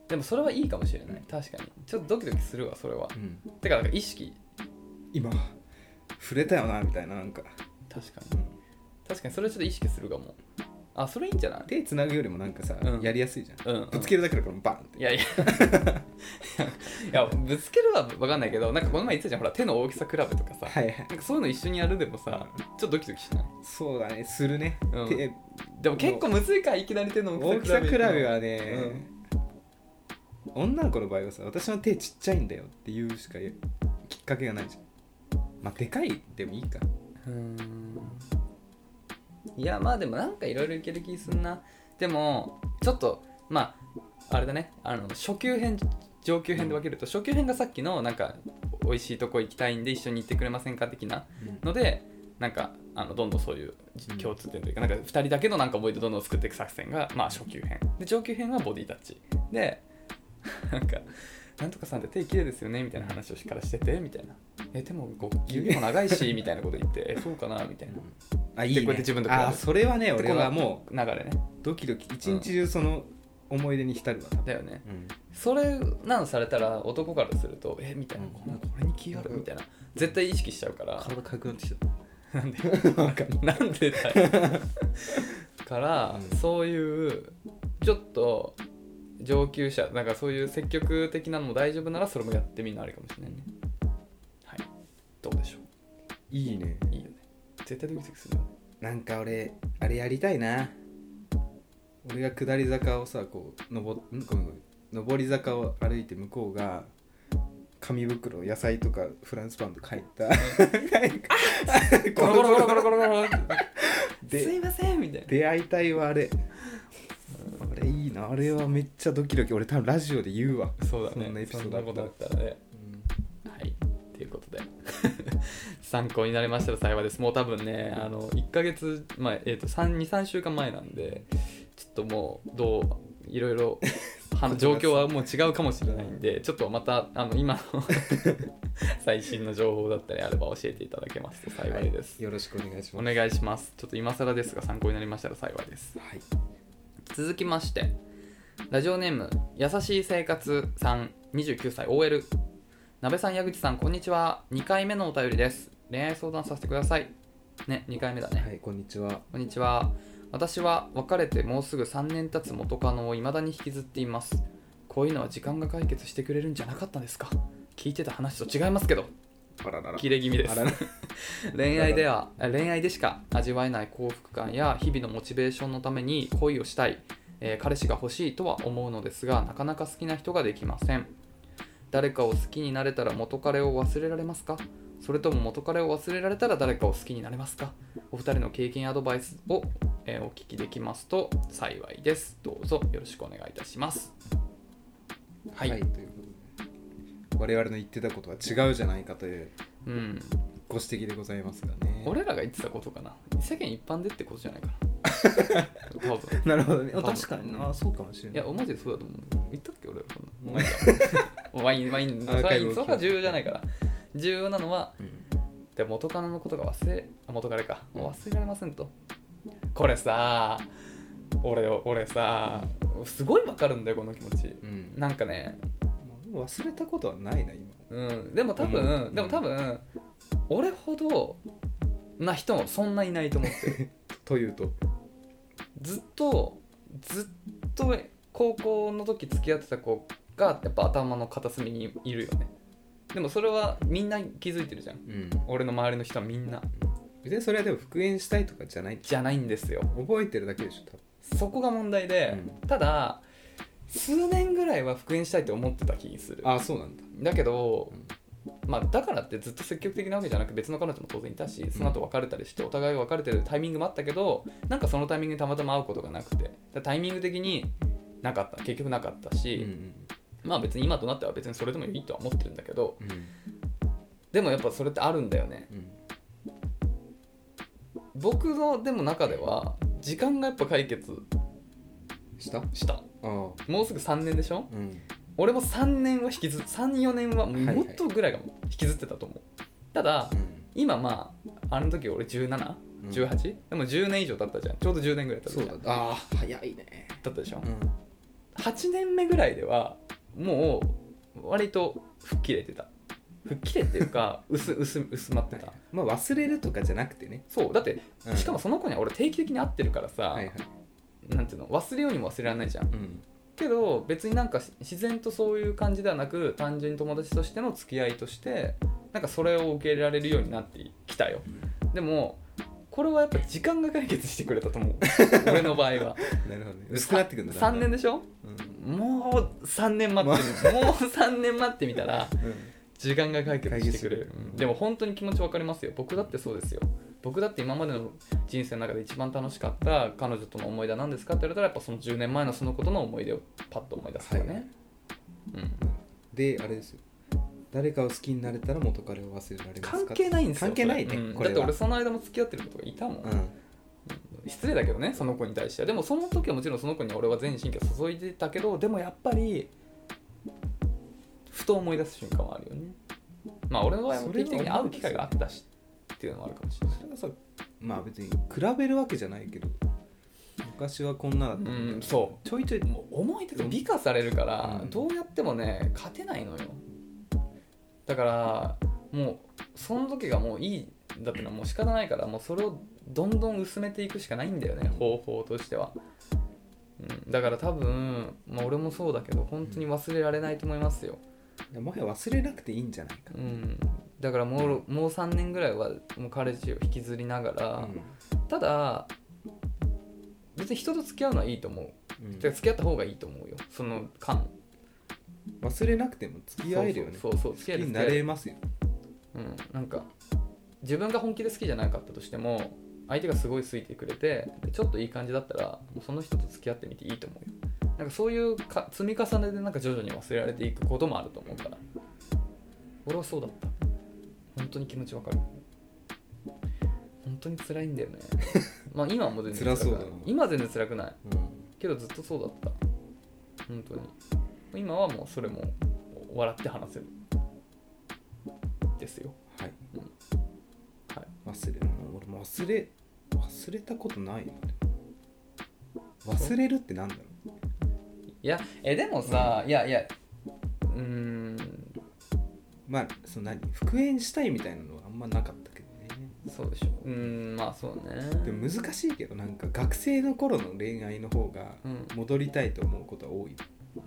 [SPEAKER 2] でもそれはいいかもしれない確かにちょっとドキドキするわそれは
[SPEAKER 1] うん
[SPEAKER 2] てかなんか意識
[SPEAKER 1] 今触れたよなみたいななんか、
[SPEAKER 2] 確かに
[SPEAKER 1] うん
[SPEAKER 2] 確かにそれはちょっと意識するかもあそれいいんじゃない
[SPEAKER 1] 手つなぐよりもなんかさ、
[SPEAKER 2] うん
[SPEAKER 1] やりやすいじゃん
[SPEAKER 2] うん
[SPEAKER 1] ぶつけるだけだからバンって
[SPEAKER 2] いやいや いやぶつけるは分かんないけどなんかこの前言ってたじゃんほら手の大きさ比べとかさ、
[SPEAKER 1] はいはい
[SPEAKER 2] なんかそういうの一緒にやるでもさちょっとドキドキしない
[SPEAKER 1] そうだねするね、
[SPEAKER 2] うん
[SPEAKER 1] 手
[SPEAKER 2] でも結構むずいかいきなり手の
[SPEAKER 1] 大
[SPEAKER 2] 大
[SPEAKER 1] き
[SPEAKER 2] き
[SPEAKER 1] さ
[SPEAKER 2] さ
[SPEAKER 1] 比
[SPEAKER 2] 比
[SPEAKER 1] べ
[SPEAKER 2] べ
[SPEAKER 1] はね、女の子の場合はさ私の手ちっちゃいんだよっていうしかきっかけがないじゃんまあでかいでもいいか
[SPEAKER 2] うんいやまあでもなんかいろいろいける気すんなでもちょっとまああれだねあの初級編上級編で分けると初級編がさっきのなんか美味しいとこ行きたいんで一緒に行ってくれませんか的なのでなんかあのどんどんそういう
[SPEAKER 1] うん
[SPEAKER 2] 共通点というか,、なんか2人だけのなんか思い出をどんどん作っていく作戦が、まあ、初級編で上級編はボディタッチで なんか「なんとかさんって手綺麗ですよね」みたいな話をしからしててみたいな「えでもこう指も長いし」みたいなこと言って「えそうかな」みたいな
[SPEAKER 1] ああいい、
[SPEAKER 2] で
[SPEAKER 1] ね、
[SPEAKER 2] こうやって自分と比べる
[SPEAKER 1] あそれはね
[SPEAKER 2] で
[SPEAKER 1] 俺はも
[SPEAKER 2] この流れね
[SPEAKER 1] うドキドキ一日中その思い出に浸るわ、
[SPEAKER 2] だよね
[SPEAKER 1] うん、
[SPEAKER 2] それなんされたら男からするとえみたいな
[SPEAKER 1] うん
[SPEAKER 2] こんなこれに気あるみたいな絶対意識しちゃうから
[SPEAKER 1] 体かゆくなってき
[SPEAKER 2] なんで
[SPEAKER 1] たわかんない
[SPEAKER 2] なんでだよから、
[SPEAKER 1] うん
[SPEAKER 2] そういうちょっと上級者なんかそういう積極的なのも大丈夫ならそれもやってみるのありかもしれないねはいどうでしょ
[SPEAKER 1] いいね
[SPEAKER 2] ういいよね絶対ドキドキするよね
[SPEAKER 1] なんか俺あれやりたいな俺が下り坂をさこう上ごめんごめん上り坂を歩いて向こうが紙袋野菜とかフランスパンと書い た
[SPEAKER 2] ゴロゴロゴロゴロゴロゴロす
[SPEAKER 1] で
[SPEAKER 2] いませんみたいな
[SPEAKER 1] 出会いたいわあれあれいいなあれはめっちゃドキドキ俺多分ラジオで言うわ
[SPEAKER 2] そうだね
[SPEAKER 1] そんなエピソード
[SPEAKER 2] そんなことあったらねはいということで 参考になりましたら幸いですもう多分ねあの1ヶ月前、えー、と23週間前なんでちょっともうどういろいろは状況はもう違うかもしれないんでちょっとまたあの今の 最新の情報だったりあれば教えていただけますと幸いです、
[SPEAKER 1] よろしくお願いし
[SPEAKER 2] お
[SPEAKER 1] ます
[SPEAKER 2] 願いしますちょっと今更ですが参考になりましたら幸いです
[SPEAKER 1] はい
[SPEAKER 2] 続きましてラジオネーム優しい生活さん29歳 OL なべさん矢口さんこんにちは2回目のお便りです恋愛相談させてくださいね2回目だね、
[SPEAKER 1] はいこんにちは
[SPEAKER 2] こんにちは私は別れてもうすぐ3年経つ元カノを未だに引きずっていますこういうのは時間が解決してくれるんじゃなかったんですか聞いてた話と違いますけど
[SPEAKER 1] あららら
[SPEAKER 2] 切れ気味です
[SPEAKER 1] あらら
[SPEAKER 2] 恋愛では恋愛でしか味わえない幸福感や日々のモチベーションのために恋をしたい、えー彼氏が欲しいとは思うのですがなかなか好きな人ができません誰かを好きになれたら元彼を忘れられますかそれとも元彼を忘れられたら誰かを好きになれますかお二人の経験やアドバイスを、えーお聞きできますと幸いですどうぞよろしくお願いいたしますはい、
[SPEAKER 1] はい、ということで我々の言ってたことは違うじゃないかという
[SPEAKER 2] うん
[SPEAKER 1] ご指摘でございますがね
[SPEAKER 2] 俺らが言ってたことかな世間一般でってことじゃないかな多分
[SPEAKER 1] なるほどね
[SPEAKER 2] あ確かにな
[SPEAKER 1] あそうかもしれ
[SPEAKER 2] いや、マジでそうだと思う。言ったっけ俺らそんな。
[SPEAKER 1] う
[SPEAKER 2] お前 が。ワイン、ワイン、そ
[SPEAKER 1] アーカイ
[SPEAKER 2] れ
[SPEAKER 1] ブを聞
[SPEAKER 2] は
[SPEAKER 1] く
[SPEAKER 2] そこは重要じゃないから。重要なのは、
[SPEAKER 1] ん
[SPEAKER 2] で元カノのことが忘れ、あ元彼か。もう忘れられませんと。これさ、俺を、俺さ、すごいわかるんだよ、この気持ち。
[SPEAKER 1] うん
[SPEAKER 2] なんかね、
[SPEAKER 1] 忘れたことはないな今
[SPEAKER 2] うん、でも多
[SPEAKER 1] 思
[SPEAKER 2] 分
[SPEAKER 1] う、
[SPEAKER 2] でも多分、俺ほどな人もそんないないと思ってる。
[SPEAKER 1] というと
[SPEAKER 2] ずっとずっと高校の時付き合ってた子がやっぱ頭の片隅にいるよねでもそれはみんな気づいてるじゃん
[SPEAKER 1] うん
[SPEAKER 2] 俺の周りの人はみんな
[SPEAKER 1] 別にそれはでも復縁したいとかじゃない
[SPEAKER 2] じゃないんですよ
[SPEAKER 1] 覚えてるだけでしょ多分
[SPEAKER 2] そこが問題で、ただ数年ぐらいは復縁したいと思ってた気する
[SPEAKER 1] あそうなんだ
[SPEAKER 2] だけど、まあ、だからってずっと積極的なわけじゃなく別の彼女も当然いたしその後別れたりしてお互いが別れてるタイミングもあったけどなんかそのタイミングにたまたま会うことがなくてだからタイミング的になかった結局なかった
[SPEAKER 1] うん
[SPEAKER 2] し、まあ別に今となっては別にそれでもいいとは思ってるんだけど
[SPEAKER 1] うんうん
[SPEAKER 2] でもやっぱそれってあるんだよね
[SPEAKER 1] うん
[SPEAKER 2] 僕のでも中では時間がやっぱ解決
[SPEAKER 1] したあ
[SPEAKER 2] した
[SPEAKER 1] あ
[SPEAKER 2] もうすぐ3年でしょ
[SPEAKER 1] うん
[SPEAKER 2] 俺も3年は引きず34年は
[SPEAKER 1] はい
[SPEAKER 2] もっとぐらいが引きずってたと思う、ただ、今まああの時俺 17?18?、
[SPEAKER 1] うん
[SPEAKER 2] 18でも10年以上経ったじゃんちょうど10年ぐらい経った
[SPEAKER 1] そ
[SPEAKER 2] じ
[SPEAKER 1] う
[SPEAKER 2] ゃん
[SPEAKER 1] だああ早いね
[SPEAKER 2] 経ったでしょ、
[SPEAKER 1] うん
[SPEAKER 2] 8年目ぐらいではもう割と吹っ切れてた吹っ切れっていう か薄薄薄まってた、
[SPEAKER 1] まあ忘れるとかじゃなくてね
[SPEAKER 2] そうだって、
[SPEAKER 1] うん
[SPEAKER 2] しかもその子には俺定期的に会ってるからさ、
[SPEAKER 1] はいはい
[SPEAKER 2] なんていうの忘れようにも忘れられないじゃん
[SPEAKER 1] うん
[SPEAKER 2] けど別になんか自然とそういう感じではなく単純に友達としての付き合いとしてなんかそれを受け入れられるようになってきたよでもこれはやっぱ時間が解決してくれたと 思う俺の場合は
[SPEAKER 1] なるほどね薄くなってくるんだ
[SPEAKER 2] 3年
[SPEAKER 1] で
[SPEAKER 2] でしょもう3年待ってるもう3年待ってみたら時間が解決してくれる
[SPEAKER 1] 解決するうん
[SPEAKER 2] でも本当に気持ち分かりますよ僕だってそうですよ僕だって今までの人生の中で一番楽しかった彼女との思い出は何ですかって言われたらやっぱその10年前のそのことの思い出をパッと思い出すよね、
[SPEAKER 1] はい
[SPEAKER 2] うん
[SPEAKER 1] であれですよ誰かを好きになれたら元彼を忘れられますか
[SPEAKER 2] 関係ないんですよ
[SPEAKER 1] 関係ないね
[SPEAKER 2] それうん
[SPEAKER 1] こ
[SPEAKER 2] だ
[SPEAKER 1] れ
[SPEAKER 2] っ
[SPEAKER 1] は
[SPEAKER 2] て俺その間も付き合ってることがいたもん、
[SPEAKER 1] うん
[SPEAKER 2] 失礼だけどねその子に対してはでもその時はもちろんその子には俺は全神経を注いでたけどでもやっぱりふと思い出す瞬間はあるよねまあ俺の場合も定期的に会う機会があったしっていうのもあるかもしれない
[SPEAKER 1] それはさまあ別に比べるわけじゃないけど昔はこんなだったみたいな
[SPEAKER 2] うんそ
[SPEAKER 1] ちょいちょい
[SPEAKER 2] もう思い出が美化されるから、
[SPEAKER 1] うん
[SPEAKER 2] どうやってもね勝てないのよだからもうその時がもういいだってのはもう仕方ないからもうそれをどんどん薄めていくしかないんだよね方法としては、うん、だから多分、まあ、俺もそうだけど本当に忘れられないと思いますよ、
[SPEAKER 1] もはや忘れなくていいんじゃないか
[SPEAKER 2] うん、だからもうもう3年ぐらいはもう彼氏を引きずりながら、ただ別に人と付き合うのはいいと思う
[SPEAKER 1] うん
[SPEAKER 2] てか付き合った方がいいと思うよその間
[SPEAKER 1] 忘れなくても付き合えるよね
[SPEAKER 2] そうそうそうそう付き合
[SPEAKER 1] 好き
[SPEAKER 2] える
[SPEAKER 1] に
[SPEAKER 2] 付き
[SPEAKER 1] な
[SPEAKER 2] 合え
[SPEAKER 1] れ
[SPEAKER 2] る
[SPEAKER 1] ますよ
[SPEAKER 2] うんなんか自分が本気で好きじゃなかったとしても相手がすごい好いてくれてでちょっといい感じだったらもうその人と付き合ってみていいと思うよなんかそういうか積み重ねでなんか徐々に忘れられていくこともあると思うから俺はそうだった本当に気持ちわかる本当に辛いんだよ ねまあ今はもう全然
[SPEAKER 1] 辛そうだ
[SPEAKER 2] く
[SPEAKER 1] な
[SPEAKER 2] ない今は全然辛くない
[SPEAKER 1] うん
[SPEAKER 2] けどずっとそうだった本当に今はもうそれも笑って話せるですよ
[SPEAKER 1] はい
[SPEAKER 2] はい
[SPEAKER 1] 忘れる俺も忘れ忘れたことないよね忘れるってなんだろ
[SPEAKER 2] いやえでもさ、いやいやうーん
[SPEAKER 1] うまあその何復縁したいみたいなのはあんまなかったけどね
[SPEAKER 2] そうでしょうーんまあそう
[SPEAKER 1] で
[SPEAKER 2] ね
[SPEAKER 1] も難しいけどなんか学生の頃の恋愛の方が
[SPEAKER 2] うん
[SPEAKER 1] 戻りたいと思うことは多い、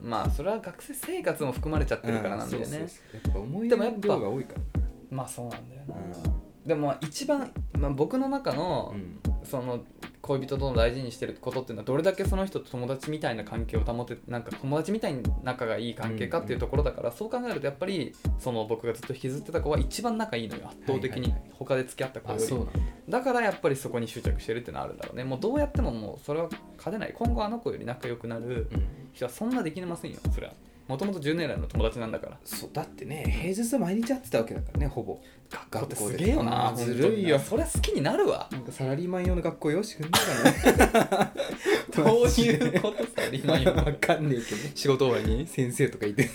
[SPEAKER 2] まあそれは学生生活も含まれちゃってるからなんだよね、
[SPEAKER 1] そうそうそうやっぱ思い
[SPEAKER 2] でもや
[SPEAKER 1] 出
[SPEAKER 2] っぱ
[SPEAKER 1] の量が多いから
[SPEAKER 2] まあそうなんだよな、
[SPEAKER 1] う
[SPEAKER 2] でもまあ一番、まあ、僕の中の、
[SPEAKER 1] ん
[SPEAKER 2] その恋人との大事にしてることっていうのはどれだけその人と友達みたいな関係を保てなんか友達みたいに仲がいい関係かっていうところだから、そう考えるとやっぱりその僕がずっと引きずってた子は一番仲いいのよ圧倒的
[SPEAKER 1] はい
[SPEAKER 2] に
[SPEAKER 1] はい
[SPEAKER 2] 他で付き合った子よ
[SPEAKER 1] あ
[SPEAKER 2] り、
[SPEAKER 1] そうなんだ
[SPEAKER 2] だからやっぱりそこに執着してるっていうのはあるんだろうねもうどうやってももうそれは勝てない今後あの子より仲良くなる人はそんなできませんよそれはもともと10年来の友達なんだから
[SPEAKER 1] そうだってね平日は毎日会ってたわけだからねほぼ
[SPEAKER 2] 学校
[SPEAKER 1] 学
[SPEAKER 2] っ
[SPEAKER 1] 校
[SPEAKER 2] て
[SPEAKER 1] です
[SPEAKER 2] げえよな
[SPEAKER 1] あー
[SPEAKER 2] 本当に
[SPEAKER 1] ずるいよ
[SPEAKER 2] そりゃ好きになるわ
[SPEAKER 1] なんかサラリーマン用の学校用意してくんないかな
[SPEAKER 2] どういうことさ今今
[SPEAKER 1] わかんねえけど
[SPEAKER 2] 仕事終わりに
[SPEAKER 1] 先生とかいて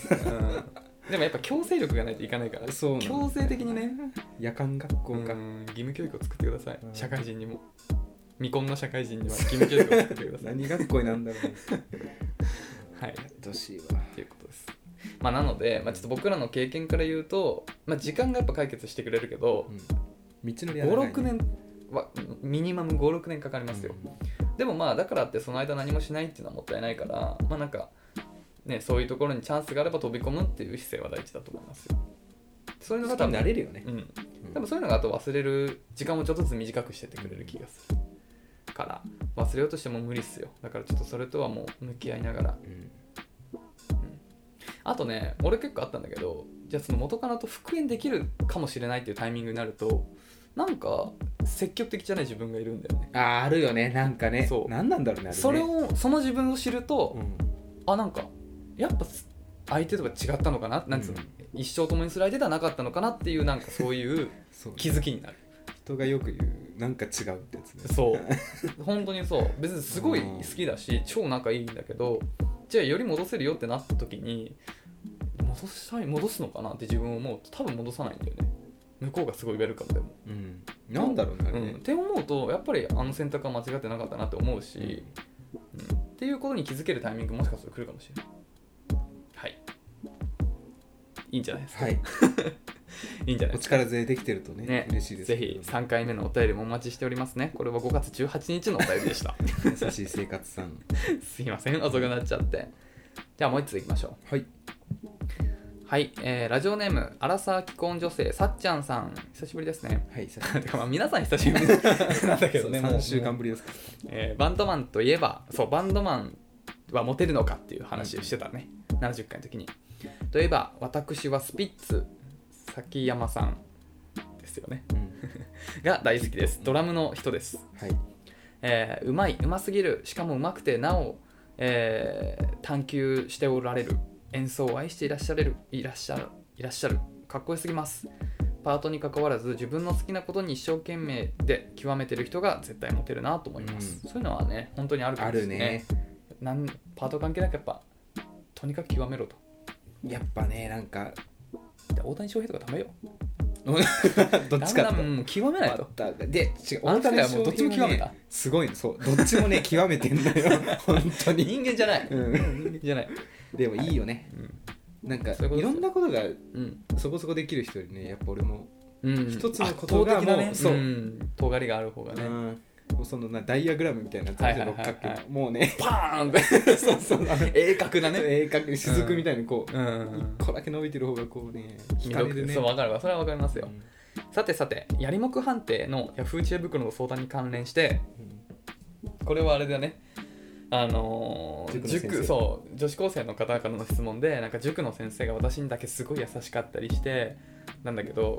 [SPEAKER 2] でもやっぱ強制力がないといかないから
[SPEAKER 1] そうなんだ
[SPEAKER 2] 強制的にね
[SPEAKER 1] 夜間学校
[SPEAKER 2] う
[SPEAKER 1] か、
[SPEAKER 2] ん義務教育を作ってください
[SPEAKER 1] うん
[SPEAKER 2] 社会人にも未婚の社会人には義務教育を作って ください
[SPEAKER 1] 何学校になんだろうね
[SPEAKER 2] はい
[SPEAKER 1] やってほしいわ
[SPEAKER 2] っていうことですまあなので、まあ、ちょっと僕らの経験から言うと、まあ、時間がやっぱ解決してくれるけど
[SPEAKER 1] うん道のりは長いね
[SPEAKER 2] 56年はミニマム56年かかりますよでもまあだからってその間何もしないっていうのはもったいないからまあなんかねそういうところにチャンスがあれば飛び込むっていう姿勢は大事だと思いますよそういう
[SPEAKER 1] うん
[SPEAKER 2] の
[SPEAKER 1] 好き
[SPEAKER 2] が多
[SPEAKER 1] にな
[SPEAKER 2] 分
[SPEAKER 1] れるよね
[SPEAKER 2] う、ん
[SPEAKER 1] うん
[SPEAKER 2] 多分そういうのがあと忘れる時間をちょっとずつ短くしてってくれる気がするから忘れようとしても無理っすよだからちょっとそれとはもう向き合いながら
[SPEAKER 1] うん
[SPEAKER 2] あとね俺結構あったんだけどじゃあその元カノと復縁できるかもしれないっていうタイミングになるとなんか積極的じゃない自分がいるんだよね
[SPEAKER 1] あーあるよねなんかね
[SPEAKER 2] そう
[SPEAKER 1] 何なんだろうねあれね
[SPEAKER 2] それをその自分を知ると、
[SPEAKER 1] うん
[SPEAKER 2] あなんかやっぱす相手とは違ったのかななんつうの、一生共にする相手ではなかったのかなっていうなんかそういう
[SPEAKER 1] そう
[SPEAKER 2] 気づきになる
[SPEAKER 1] 人がよく言うなんか違うってやつね
[SPEAKER 2] そう 本当にそう別にすごい好きだし超仲いいんだけどじゃあより戻せるよってなった時に戻したい戻すのかなって自分を思うと多分戻さないんだよね向こうがすごいウェルカムでも、
[SPEAKER 1] うん、なんだろうねあ
[SPEAKER 2] う
[SPEAKER 1] れ
[SPEAKER 2] ん、
[SPEAKER 1] ね
[SPEAKER 2] っ、て思うとやっぱりあの選択は間違ってなかったなって思うし、うん、っていうことに気づけるタイミングもしかすると来るかもしれないはいいいんじゃないですか
[SPEAKER 1] はい
[SPEAKER 2] いいんじゃない
[SPEAKER 1] お
[SPEAKER 2] ですか
[SPEAKER 1] 力添えできてるとね
[SPEAKER 2] ね
[SPEAKER 1] 嬉しいです
[SPEAKER 2] ぜひ3回目のお便りもお待ちしておりますねこれは5月18日のお便りでした
[SPEAKER 1] 優しい生活さん
[SPEAKER 2] すいません遅くなっちゃってじゃあもう一ついきましょ
[SPEAKER 1] はいう
[SPEAKER 2] はい、えーラジオネームアラサー既婚女性さっちゃんさん久しぶりですね
[SPEAKER 1] はい久しぶ
[SPEAKER 2] てかまあ皆さん久 しぶりなんだけどねもう
[SPEAKER 1] 3週間ぶりですか
[SPEAKER 2] えーバンドマンといえばそうバンドマンはモテるのかっていう話をしてたね、70回の時にといえば私はスピッツ崎山さんですよね
[SPEAKER 1] うん
[SPEAKER 2] が大好きですドラムの人です
[SPEAKER 1] はい
[SPEAKER 2] えーうまいうますぎるしかもうまくてなお、えー探求しておられる演奏を愛していらっしゃれるいらっしゃるいらっしゃるかっこよすぎますパートに関わらず自分の好きなことに一生懸命で極めてる人が絶対モテるなと思います、そういうのはね本当にあるか
[SPEAKER 1] あ
[SPEAKER 2] もしれ
[SPEAKER 1] る
[SPEAKER 2] ない
[SPEAKER 1] ね
[SPEAKER 2] なんパート関係なくやっぱとにかく極めろと
[SPEAKER 1] やっぱねなんか
[SPEAKER 2] で大谷翔平とかダメよ
[SPEAKER 1] どっちか
[SPEAKER 2] だ
[SPEAKER 1] と
[SPEAKER 2] んだんもう極めないと
[SPEAKER 1] バッターがで違う
[SPEAKER 2] あんたらはもう
[SPEAKER 1] 大谷翔平
[SPEAKER 2] どっちも極めた
[SPEAKER 1] ねすごいのそうどっちもね極めてんだよ 本当に、
[SPEAKER 2] 人間じゃない、
[SPEAKER 1] うん、
[SPEAKER 2] 人間じゃない、
[SPEAKER 1] でもいいよねなんか
[SPEAKER 2] そういうことですよ
[SPEAKER 1] いろんなことが
[SPEAKER 2] うん
[SPEAKER 1] そこそこできる人よりねやっぱ俺も
[SPEAKER 2] うん、
[SPEAKER 1] 一つのことが
[SPEAKER 2] 圧倒的な
[SPEAKER 1] も
[SPEAKER 2] ね
[SPEAKER 1] うそう
[SPEAKER 2] うん、尖りがある方がね、
[SPEAKER 1] うんもうそのなダイヤグラムみたいな
[SPEAKER 2] は
[SPEAKER 1] 感
[SPEAKER 2] い
[SPEAKER 1] じ
[SPEAKER 2] はい
[SPEAKER 1] の
[SPEAKER 2] はい
[SPEAKER 1] 六
[SPEAKER 2] は
[SPEAKER 1] 角
[SPEAKER 2] い
[SPEAKER 1] 形のもうね
[SPEAKER 2] パーンって そうそう鋭角なね
[SPEAKER 1] 鋭角雫みたいにこう
[SPEAKER 2] う
[SPEAKER 1] 一
[SPEAKER 2] ん
[SPEAKER 1] 個だけ伸びてる方がこうね惹かれるね
[SPEAKER 2] そうわかるわそれはわかりますよ、
[SPEAKER 1] うん
[SPEAKER 2] さてさてやりもく判定の Yahoo 知恵袋の相談に関連してこれはあれだねあのー
[SPEAKER 1] 塾の先生
[SPEAKER 2] 塾そう女子高生の方からの質問でなんか塾の先生が私にだけすごい優しかったりしてなんだけど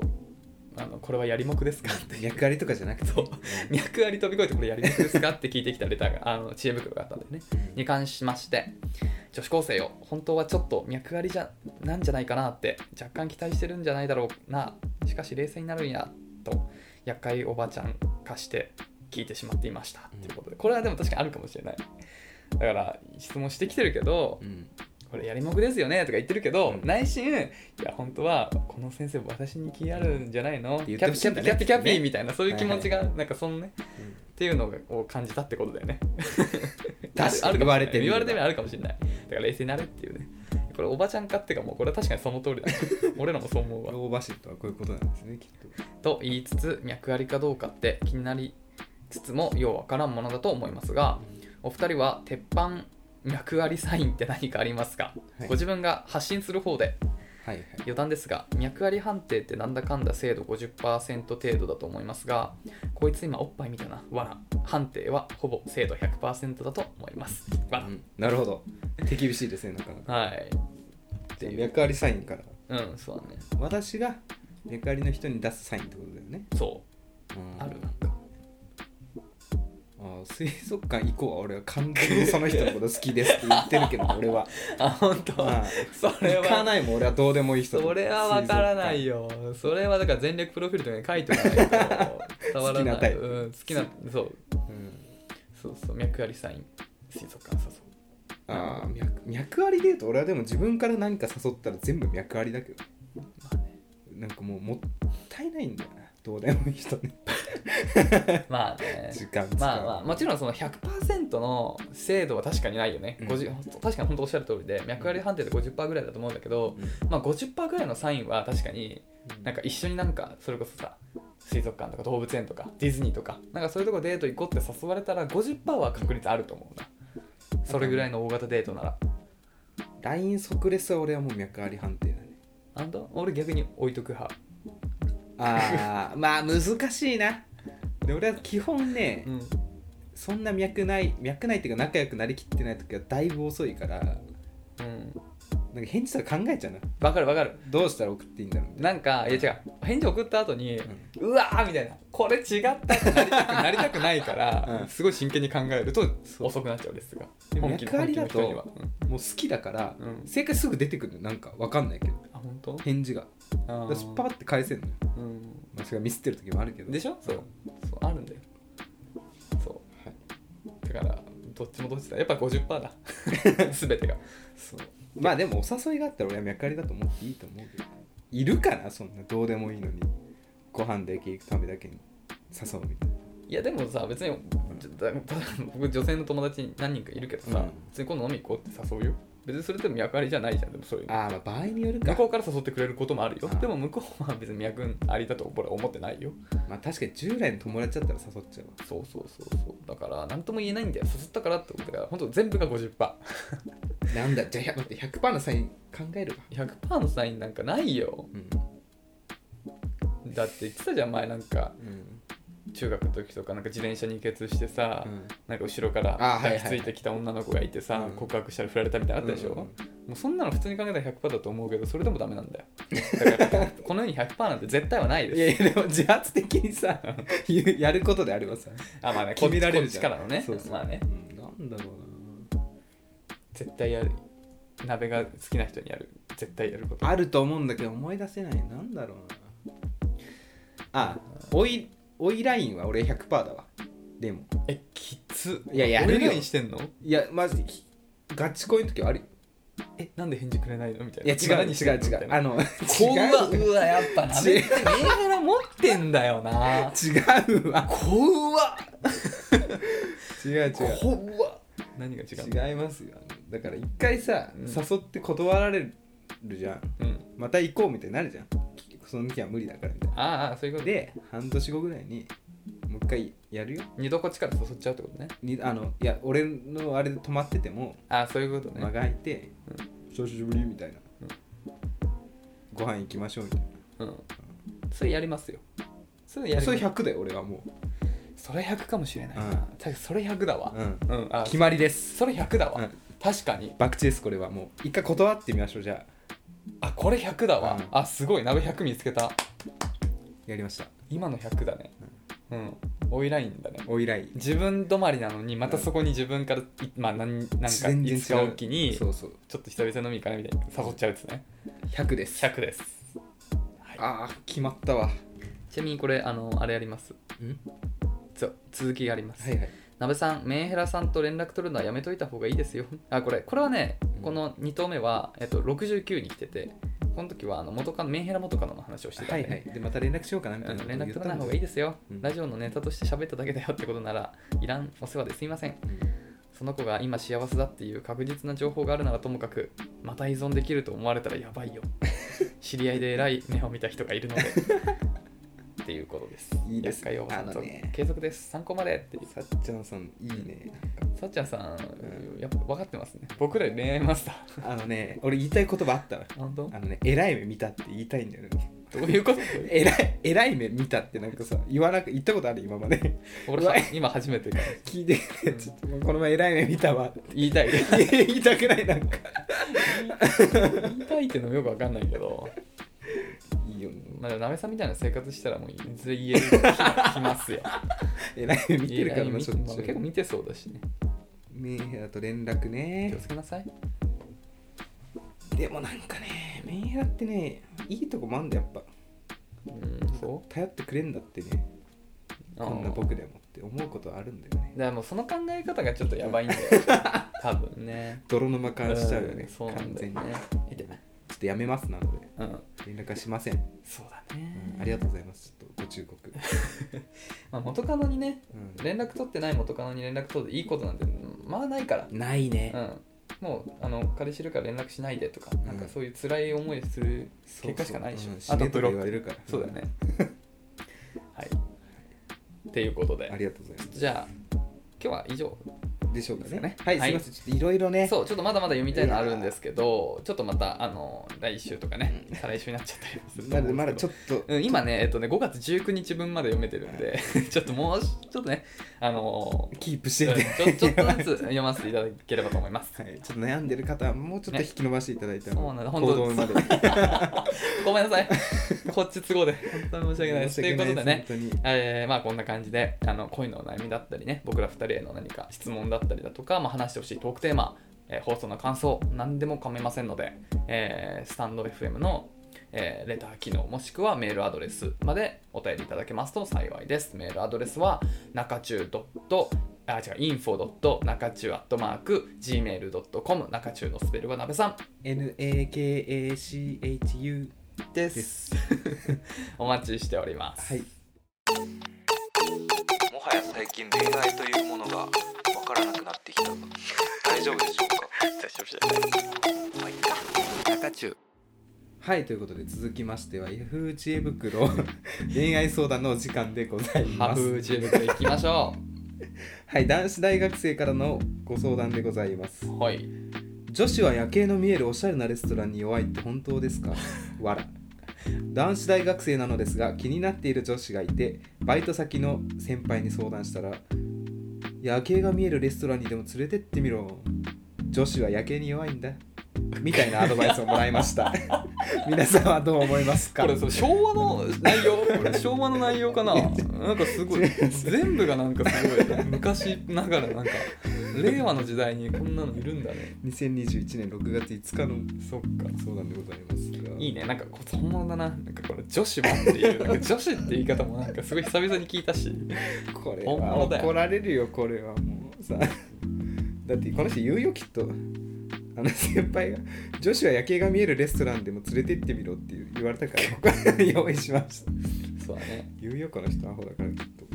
[SPEAKER 2] あのこれはやりもくですかって
[SPEAKER 1] 役割とかじゃなくて
[SPEAKER 2] そう脈あり飛び越えてこれやりにくいですかって聞いてきたレターがあの知恵袋があったんだよねに関しまして女子高生よ本当はちょっと脈ありじゃなんじゃないかなって若干期待してるんじゃないだろうなしかし冷静になるんやと厄介おばちゃん化して聞いてしまっていましたということでこれはでも確かにあるかもしれないだから質問してきてるけど
[SPEAKER 1] うん
[SPEAKER 2] これやりもくですよねとか言ってるけど、
[SPEAKER 1] うん
[SPEAKER 2] 内心いや本当はこの先生私に気あるんじゃないの
[SPEAKER 1] て
[SPEAKER 2] キ
[SPEAKER 1] 言って
[SPEAKER 2] ャピ
[SPEAKER 1] ほし
[SPEAKER 2] キ
[SPEAKER 1] い
[SPEAKER 2] ャ
[SPEAKER 1] んだ
[SPEAKER 2] ピ
[SPEAKER 1] ね
[SPEAKER 2] キャピキャピ
[SPEAKER 1] ね
[SPEAKER 2] みたいなそういう気持ちがなんかそのねっていうのを感じたってことだよねある
[SPEAKER 1] 確かに
[SPEAKER 2] ある
[SPEAKER 1] 言われてみれば
[SPEAKER 2] 言われてみればあるかもしれないだから冷静になれっていうねこれおばちゃんかっていうかもうこれは確かにそ の通りだ、ね、俺らもそう思うわ
[SPEAKER 1] 老婆心とはこういうことなんですねきっと
[SPEAKER 2] と言いつつ脈ありかどうかって気になりつつもようわからんものだと思いますがお二人は鉄板脈ありサインって何かありますか、
[SPEAKER 1] はい
[SPEAKER 2] ご自分が発信する方で
[SPEAKER 1] はいはい
[SPEAKER 2] 余談ですが脈あり判定ってなんだかんだ精度50%程度だと思いますがこいつ今おっぱい見たなわら判定はほぼ精度100%だと思いますわ
[SPEAKER 1] うんなるほど手厳しいですねなかなから
[SPEAKER 2] はいっていう
[SPEAKER 1] 役割サインから
[SPEAKER 2] うんそうだね
[SPEAKER 1] 私が役割の人に出すサインってことだよね
[SPEAKER 2] そうある なんか
[SPEAKER 1] あー水族館以降は俺は完全にその人のこと好きですって言ってるけど俺は
[SPEAKER 2] あ本当
[SPEAKER 1] まあ
[SPEAKER 2] それ
[SPEAKER 1] 行か
[SPEAKER 2] は
[SPEAKER 1] ないもん俺はどうでもいい人だ
[SPEAKER 2] それは分からないよそれはだから全力プロフィールとかに書いてないと伝わらな
[SPEAKER 1] 好きな
[SPEAKER 2] い
[SPEAKER 1] タイプ
[SPEAKER 2] うん、好きなそう
[SPEAKER 1] 水族館うん
[SPEAKER 2] そうそう脈ありサイン水族館誘う
[SPEAKER 1] ああ脈脈ありで言うと俺はでも自分から何か誘ったら全部脈ありだけど
[SPEAKER 2] まあね
[SPEAKER 1] なんかもうもったいないんだよなどうでもいい人ね
[SPEAKER 2] まあね
[SPEAKER 1] 時間使う
[SPEAKER 2] まあまあもちろんその100%の精度は確かにないよね、
[SPEAKER 1] うん
[SPEAKER 2] 50確かに本当おっしゃる通りで脈あり判定で50%ぐらいだと思うんだけど、
[SPEAKER 1] う
[SPEAKER 2] まあ、50%ぐらいのサインは確かに
[SPEAKER 1] ん
[SPEAKER 2] なんか一緒になんかそれこそさ水族館とか動物園とかディズニーとかなんかそういうとこデート行こうって誘われたら50%は確率あると思うなそれぐらいの大型デートなら
[SPEAKER 1] LINE 即レスは俺はもう脈あり判定だね
[SPEAKER 2] あんた俺逆に置いとく派
[SPEAKER 1] ああまあ難しいなで俺は基本ね、
[SPEAKER 2] うん
[SPEAKER 1] そんな脈ない脈ないっていうか仲良くなりきってない時はだいぶ遅いからなんか
[SPEAKER 2] うん
[SPEAKER 1] 返事とか考えちゃうな
[SPEAKER 2] わかるわかる
[SPEAKER 1] どうしたら送っていいんだろうみたい
[SPEAKER 2] なんかいや違う返事送った後に、
[SPEAKER 1] う
[SPEAKER 2] うわーみたいなこれ違ったってなりたくなりたくないから、
[SPEAKER 1] うん
[SPEAKER 2] すごい真剣に考えると遅くなっちゃうですが
[SPEAKER 1] でも
[SPEAKER 2] 本気
[SPEAKER 1] 役割だと
[SPEAKER 2] 本気の人にはうん
[SPEAKER 1] なもう好きだから、
[SPEAKER 2] うん
[SPEAKER 1] 正解すぐ出てくるのなんかわかんないけど
[SPEAKER 2] あ本当
[SPEAKER 1] 返事が
[SPEAKER 2] あ
[SPEAKER 1] だ
[SPEAKER 2] ー
[SPEAKER 1] スパーって返せんのよ
[SPEAKER 2] うん
[SPEAKER 1] まあそれがミスってる時もあるけど
[SPEAKER 2] でしょそうそうあるんだよそ
[SPEAKER 1] はいう
[SPEAKER 2] だからどっちもどっちだやっぱ50%だ 全てが
[SPEAKER 1] そうまあでもお誘いがあったら俺は脈ありだと思っていいと思うけどいるかなそんなどうでもいいのにご飯だけ行くためだけに誘うみたいない
[SPEAKER 2] やでもさ別にちょだ僕女性の友達に何人かいるけどさ、
[SPEAKER 1] うん
[SPEAKER 2] 別に今度飲み行こうって誘うよ別にそれでも役割じゃないじゃんでもそういうの
[SPEAKER 1] あーまあ場合によるか
[SPEAKER 2] 向こうから誘ってくれることもあるよ
[SPEAKER 1] あ
[SPEAKER 2] でも向こうは別に脈ありだと俺は思ってないよ
[SPEAKER 1] まあ確かに従来の友達だったら誘っちゃうわ
[SPEAKER 2] そうそうそうそうだから何とも言えないんだよ誘ったからってことだから本当全部が 50%100%
[SPEAKER 1] なんだじゃあ100待って100%のサイン考えるわ
[SPEAKER 2] のサインなんかないよ
[SPEAKER 1] うん、
[SPEAKER 2] だって言ってたじゃん前なんか
[SPEAKER 1] うん
[SPEAKER 2] 中学の時とかなんか自転車に血してさ、
[SPEAKER 1] うん
[SPEAKER 2] なんか後ろから
[SPEAKER 1] あはいはい
[SPEAKER 2] 抱きついてきた女の子がいてさ、
[SPEAKER 1] うん
[SPEAKER 2] 告白したら振られたみたいなのあったでしょ、
[SPEAKER 1] うんうん
[SPEAKER 2] もうそんなの普通に考えたら100%だと思うけどそれでもダメなんだよだからこの世に100%なんて絶対はないです
[SPEAKER 1] いやいやでも自発的にさ 言うやることであればさ
[SPEAKER 2] あまあね
[SPEAKER 1] 決められ
[SPEAKER 2] こ
[SPEAKER 1] る
[SPEAKER 2] っち
[SPEAKER 1] じゃん
[SPEAKER 2] からのね
[SPEAKER 1] そうそう
[SPEAKER 2] まあね
[SPEAKER 1] うんなんだろう
[SPEAKER 2] 絶対やる鍋が好きな人にやる絶対やること
[SPEAKER 1] なあると思うんだけど思い出せないなんだろうなあおいおいラインは俺100%だわでも
[SPEAKER 2] えきつ
[SPEAKER 1] いややるよ
[SPEAKER 2] 俺らにしてんの
[SPEAKER 1] いやマジガチ恋の時はあるよ
[SPEAKER 2] えなんで返事くれないのみたい
[SPEAKER 1] いや
[SPEAKER 2] な
[SPEAKER 1] 違う
[SPEAKER 2] 何
[SPEAKER 1] 違
[SPEAKER 2] してんの
[SPEAKER 1] う違
[SPEAKER 2] みたいうな
[SPEAKER 1] あの違
[SPEAKER 2] こ
[SPEAKER 1] う
[SPEAKER 2] ううわうわやっぱなめって銘柄持ってんだよ な
[SPEAKER 1] 違うわ
[SPEAKER 2] こうわ
[SPEAKER 1] 違う違う
[SPEAKER 2] こうわ何が違う
[SPEAKER 1] 違いますよだから一回さ、
[SPEAKER 2] うん
[SPEAKER 1] 誘って断られるじゃん
[SPEAKER 2] うん
[SPEAKER 1] また行こうみたいになるじゃんその時は無理だからみたい
[SPEAKER 2] ああそういうこ
[SPEAKER 1] な
[SPEAKER 2] とで
[SPEAKER 1] で半年後ぐらいにもう一回やるよ
[SPEAKER 2] 二度こっちから誘っちゃうってことね
[SPEAKER 1] にあのいや俺のあれで止まってても
[SPEAKER 2] ああそういうこと
[SPEAKER 1] 間が
[SPEAKER 2] ね
[SPEAKER 1] 空いて「久しぶり」みたいな、
[SPEAKER 2] うん
[SPEAKER 1] ご飯行きましょうみたい
[SPEAKER 2] うんそれやりますよそれや
[SPEAKER 1] な
[SPEAKER 2] り
[SPEAKER 1] そ
[SPEAKER 2] ま
[SPEAKER 1] れ
[SPEAKER 2] す
[SPEAKER 1] 100だよ俺はもう、
[SPEAKER 2] それ100かもしれないな、
[SPEAKER 1] うん
[SPEAKER 2] 確かにそれ100だわ
[SPEAKER 1] うん、
[SPEAKER 2] うん、あ
[SPEAKER 1] 決まりです
[SPEAKER 2] それ100だわ、
[SPEAKER 1] うん
[SPEAKER 2] 確かに
[SPEAKER 1] 博打ですこれはもう一回断ってみましょうじゃあ
[SPEAKER 2] あこれ100だわ、
[SPEAKER 1] うん
[SPEAKER 2] あすごい鍋100見つけた
[SPEAKER 1] やりました
[SPEAKER 2] 今の100だねうんオイラインだね
[SPEAKER 1] お依頼
[SPEAKER 2] 自分止まりなのにまたそこに自分からい、まあ何なんかい
[SPEAKER 1] 全然違う
[SPEAKER 2] つかおきにち
[SPEAKER 1] そ
[SPEAKER 2] ょ
[SPEAKER 1] うそう
[SPEAKER 2] っと久々飲み行かないみたいに誘っちゃうやつね
[SPEAKER 1] 100です
[SPEAKER 2] 100です
[SPEAKER 1] ああ決まったわ
[SPEAKER 2] ちなみにこれあのあれやりますそう続きがあります、
[SPEAKER 1] はいはい
[SPEAKER 2] 鍋さんメンヘラさんと連絡取るのはやめといた方がいいですよ あこれこれはね
[SPEAKER 1] うん
[SPEAKER 2] この2投目は、えっと、69に来ててこの時はあの元カノメンヘラ元カノの話をしてた
[SPEAKER 1] は
[SPEAKER 2] ん
[SPEAKER 1] い
[SPEAKER 2] で、
[SPEAKER 1] はいでまた連絡しようかなみた
[SPEAKER 2] あ
[SPEAKER 1] いな
[SPEAKER 2] の
[SPEAKER 1] こと
[SPEAKER 2] 連
[SPEAKER 1] 言
[SPEAKER 2] 絡
[SPEAKER 1] っ
[SPEAKER 2] 取
[SPEAKER 1] た
[SPEAKER 2] ら
[SPEAKER 1] ん
[SPEAKER 2] ない方
[SPEAKER 1] で
[SPEAKER 2] がいいですよ、
[SPEAKER 1] うん
[SPEAKER 2] ラジオのネタとして喋っただけだよってことならいらんお世話ですいません
[SPEAKER 1] すよ
[SPEAKER 2] その子が今幸せだっていう確実な情報があるならともかくまた依存できると思われたらやばい よ知り合いで偉い目を見た人がいるのでっていうことです
[SPEAKER 1] いいです
[SPEAKER 2] 厄介おばさん
[SPEAKER 1] あ
[SPEAKER 2] と
[SPEAKER 1] のね
[SPEAKER 2] 継続です参考までっていう
[SPEAKER 1] うんさっちゃんさんいいねなんか
[SPEAKER 2] さっちゃんさん、
[SPEAKER 1] う
[SPEAKER 2] やっぱ分かってますね僕らより恋愛マスター
[SPEAKER 1] あのね俺言いたい言葉あったわ
[SPEAKER 2] 本当
[SPEAKER 1] あのね偉い目見たって言いたいんだよね
[SPEAKER 2] どうい うこと
[SPEAKER 1] 偉い偉い目見たってなんかさ言わなく言ったことある今まで
[SPEAKER 2] 俺は今初めて
[SPEAKER 1] 聞いて
[SPEAKER 2] うん
[SPEAKER 1] ちょっともうこの前偉い目見たわ
[SPEAKER 2] 言いたい
[SPEAKER 1] 言いたくないなんか
[SPEAKER 2] 言いたいっていうのもよく分かんないけど
[SPEAKER 1] いいよ
[SPEAKER 2] まあ、なめさんみたいな生活したらもういずれ言 える日が来ますよ。
[SPEAKER 1] 偉い目見てるから
[SPEAKER 2] いや
[SPEAKER 1] な
[SPEAKER 2] 見
[SPEAKER 1] しょっ
[SPEAKER 2] まあ
[SPEAKER 1] ちゅ
[SPEAKER 2] 結構
[SPEAKER 1] う
[SPEAKER 2] 見てそうだしね。
[SPEAKER 1] メンヘラと連絡
[SPEAKER 2] 気を
[SPEAKER 1] ね
[SPEAKER 2] つけなさい。
[SPEAKER 1] でもなんかねメンヘラってねいいとこもあんだやっぱ
[SPEAKER 2] うん、そ
[SPEAKER 1] 頼ってくれんだってね
[SPEAKER 2] う。
[SPEAKER 1] こんな僕でもって思うことあるんだよね
[SPEAKER 2] だからもうその考え方がちょっとやばいん だよ。多分ね。
[SPEAKER 1] 泥沼化しちゃうよね、
[SPEAKER 2] んそうなん
[SPEAKER 1] 完
[SPEAKER 2] だ
[SPEAKER 1] 全
[SPEAKER 2] よ
[SPEAKER 1] に
[SPEAKER 2] ね
[SPEAKER 1] ちょ。っとやめますなので
[SPEAKER 2] うん。
[SPEAKER 1] 連絡はしません、
[SPEAKER 2] そうだね。
[SPEAKER 1] ありがとうございますちょっとご忠告、
[SPEAKER 2] まあ、元カノにね、
[SPEAKER 1] うん
[SPEAKER 2] 連絡取ってない元カノに連絡取っていいことなんて、まあないから。
[SPEAKER 1] ないね、
[SPEAKER 2] うん。もうあの彼氏いるから連絡しないでとか、なんかそういう辛い思いする
[SPEAKER 1] そうそう
[SPEAKER 2] 結果しかないでしょ。
[SPEAKER 1] うん
[SPEAKER 2] あ
[SPEAKER 1] 死
[SPEAKER 2] と
[SPEAKER 1] ねとか
[SPEAKER 2] ブロ
[SPEAKER 1] 言
[SPEAKER 2] ッ
[SPEAKER 1] われ
[SPEAKER 2] ク。
[SPEAKER 1] るから
[SPEAKER 2] そうだ よね。はい。っていうことで
[SPEAKER 1] あ。りがとうございま
[SPEAKER 2] じゃあ今日は以上
[SPEAKER 1] すでしょうか
[SPEAKER 2] です
[SPEAKER 1] ね
[SPEAKER 2] かね
[SPEAKER 1] はい、
[SPEAKER 2] は
[SPEAKER 1] すいま
[SPEAKER 2] い
[SPEAKER 1] せんちょっといろいろね
[SPEAKER 2] そうちょっとまだまだ読みたいのあるんですけどちょっとまたあの来週とかね再来週になっちゃったりすると
[SPEAKER 1] な
[SPEAKER 2] 思
[SPEAKER 1] のでま
[SPEAKER 2] うん
[SPEAKER 1] だ
[SPEAKER 2] ですけ
[SPEAKER 1] ちょ
[SPEAKER 2] ど
[SPEAKER 1] っと
[SPEAKER 2] うん今ねえっとね5月19日分まで読めてるん でちょっともうちょっとねあの
[SPEAKER 1] キープして
[SPEAKER 2] ちょ
[SPEAKER 1] て、
[SPEAKER 2] ちょっとずつ読ませていただければと思います
[SPEAKER 1] はい、ちょっと悩んでる方はもうちょっと引き伸ばしていただいたら、
[SPEAKER 2] ねそうなんだ
[SPEAKER 1] 行
[SPEAKER 2] 本当
[SPEAKER 1] 動まで
[SPEAKER 2] ごめんなさい こっち都合で本当に申し訳ないですということでね
[SPEAKER 1] 申し訳ないです
[SPEAKER 2] えーまあこんな感じであの恋のお悩みだったりね僕ら2人への何か質問だったりだとか、まあ、話してほしいトークテーマ、えー放送の感想何でも構いませんので、えースタンド FM の、えーレター機能もしくはメールアドレスまでお便りいただけますと幸いですメールアドレスは中中ドットあ違う info. 中中アットマーク gmail.com 中中のスペルはなべさん
[SPEAKER 1] 本当に NAKACHU
[SPEAKER 2] です
[SPEAKER 1] す
[SPEAKER 2] お待ちしております
[SPEAKER 1] はい
[SPEAKER 3] もはや最近恋愛というものがわからなくなってきた大丈夫でしょうか
[SPEAKER 1] はいということで続きましては Yahoo 知恵袋恋愛相談のお時間でござい
[SPEAKER 2] ハ
[SPEAKER 1] ま
[SPEAKER 2] ブ
[SPEAKER 1] す
[SPEAKER 2] ージェブでいきましょ
[SPEAKER 1] はい男子大学生からのご相談でございます
[SPEAKER 2] うはい
[SPEAKER 1] 女子は夜景の見えるおしゃれなレストランに弱いって本当ですかわら男子大学生なのですが気になっている女子がいてバイト先の先輩に相談したら夜景が見えるレストランにでも連れてってみろ女子は夜景に弱いんだみたいなアドバイスをもらいました 皆さんはどう思いますか
[SPEAKER 2] これその昭和の内容こ れ昭和の内容かななんかすごい全部がなんかすごい昔ながらなんか令和の時代にこんなのいるんだね
[SPEAKER 1] 2021年6月5日の
[SPEAKER 2] そっか
[SPEAKER 1] 相談でございますが
[SPEAKER 2] いいねなんかこう本物だななんかこれ女子もっていうなんか女子って言い方もなんかすごい久々に聞いたし
[SPEAKER 1] これ
[SPEAKER 2] 本
[SPEAKER 1] は
[SPEAKER 2] 物だよ
[SPEAKER 1] 怒られるよこれはもうさだってこの人言うよきっとああの先輩が「女子は夜景が見えるレストランでも連れてってみろ」って言われた から僕は用意しました
[SPEAKER 2] そうだね、
[SPEAKER 1] 言うよこの人アホだからきっと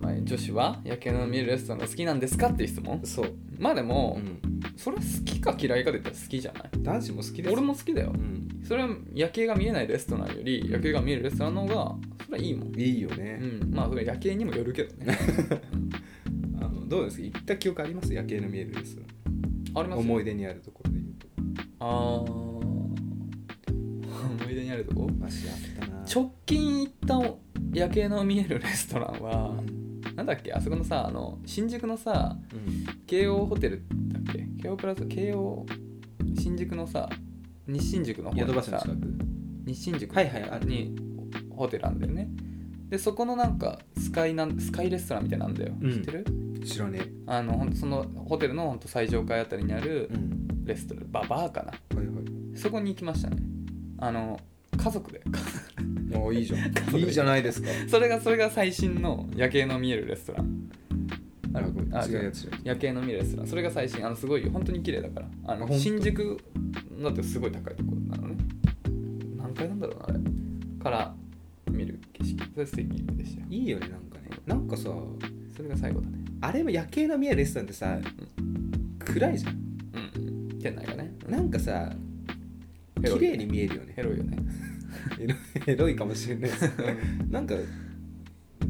[SPEAKER 2] まあ、女子は夜景の見えるレストランが好きなんですかっていう質問
[SPEAKER 1] そう、
[SPEAKER 2] まあでも、
[SPEAKER 1] うん、
[SPEAKER 2] それは好きか嫌いかで言ったら好きじゃない
[SPEAKER 1] 男子も好きです
[SPEAKER 2] 俺も好きだよ
[SPEAKER 1] うん、
[SPEAKER 2] それは夜景が見えないレストランより夜景が見えるレストランの方がそれはいいもん、
[SPEAKER 1] いいよ
[SPEAKER 2] う
[SPEAKER 1] ね、
[SPEAKER 2] ん、まあそれは夜景にもよるけど ね
[SPEAKER 1] あのどうですか行った記憶あります夜景の見えるレスト
[SPEAKER 2] あり
[SPEAKER 1] ラ
[SPEAKER 2] ま
[SPEAKER 1] ン
[SPEAKER 2] す
[SPEAKER 1] 思
[SPEAKER 2] よ
[SPEAKER 1] い出にあるところで言うと
[SPEAKER 2] あー思い出にあるとこ
[SPEAKER 1] マシあったな
[SPEAKER 2] 直近行った夜景の見えるレストラン
[SPEAKER 1] う
[SPEAKER 2] は、
[SPEAKER 1] ん
[SPEAKER 2] なんだっけあそこのさあの新宿のさ
[SPEAKER 1] うん
[SPEAKER 2] 京王ホテルだっけ京王プラザ京王新宿のさ日新宿の方
[SPEAKER 1] ヨド
[SPEAKER 2] に
[SPEAKER 1] バシの
[SPEAKER 2] さ
[SPEAKER 1] 近く
[SPEAKER 2] 日新宿
[SPEAKER 1] はいはいある
[SPEAKER 2] にホテルなんだよねでそこのなんかスカイなんスカイレストランみたいなんだよ、
[SPEAKER 1] うん
[SPEAKER 2] 知ってる
[SPEAKER 1] 知らね
[SPEAKER 2] あのほんとそのホテルのほんと最上階あたりにあ
[SPEAKER 1] え
[SPEAKER 2] る
[SPEAKER 1] ん
[SPEAKER 2] レストラン、ババーかな
[SPEAKER 1] はいはい
[SPEAKER 2] そこに行きましたねあの家族で
[SPEAKER 1] ああいいじゃん
[SPEAKER 2] で
[SPEAKER 1] いいじゃないですか
[SPEAKER 2] それがそれが最新の夜景の見えるレストラン
[SPEAKER 1] あごめん
[SPEAKER 2] あ
[SPEAKER 1] 違うやつじゃん
[SPEAKER 2] 夜景の見えるレストランそれが最新あのすごい本当に綺麗だからあ
[SPEAKER 1] あ
[SPEAKER 2] の
[SPEAKER 1] ほんと
[SPEAKER 2] 新宿だってすごい高いところなのね何階なんだろうなあれから見る景色それ素敵でしたよ
[SPEAKER 1] いいよねなんかねなんかさ
[SPEAKER 2] それが最後だね
[SPEAKER 1] あれも夜景の見えるレストランってさ暗いじゃん
[SPEAKER 2] うん店内がね
[SPEAKER 1] なんかさ綺麗に見える よね
[SPEAKER 2] ヘロいよね
[SPEAKER 1] エロエロいかもしれない ですけどなんか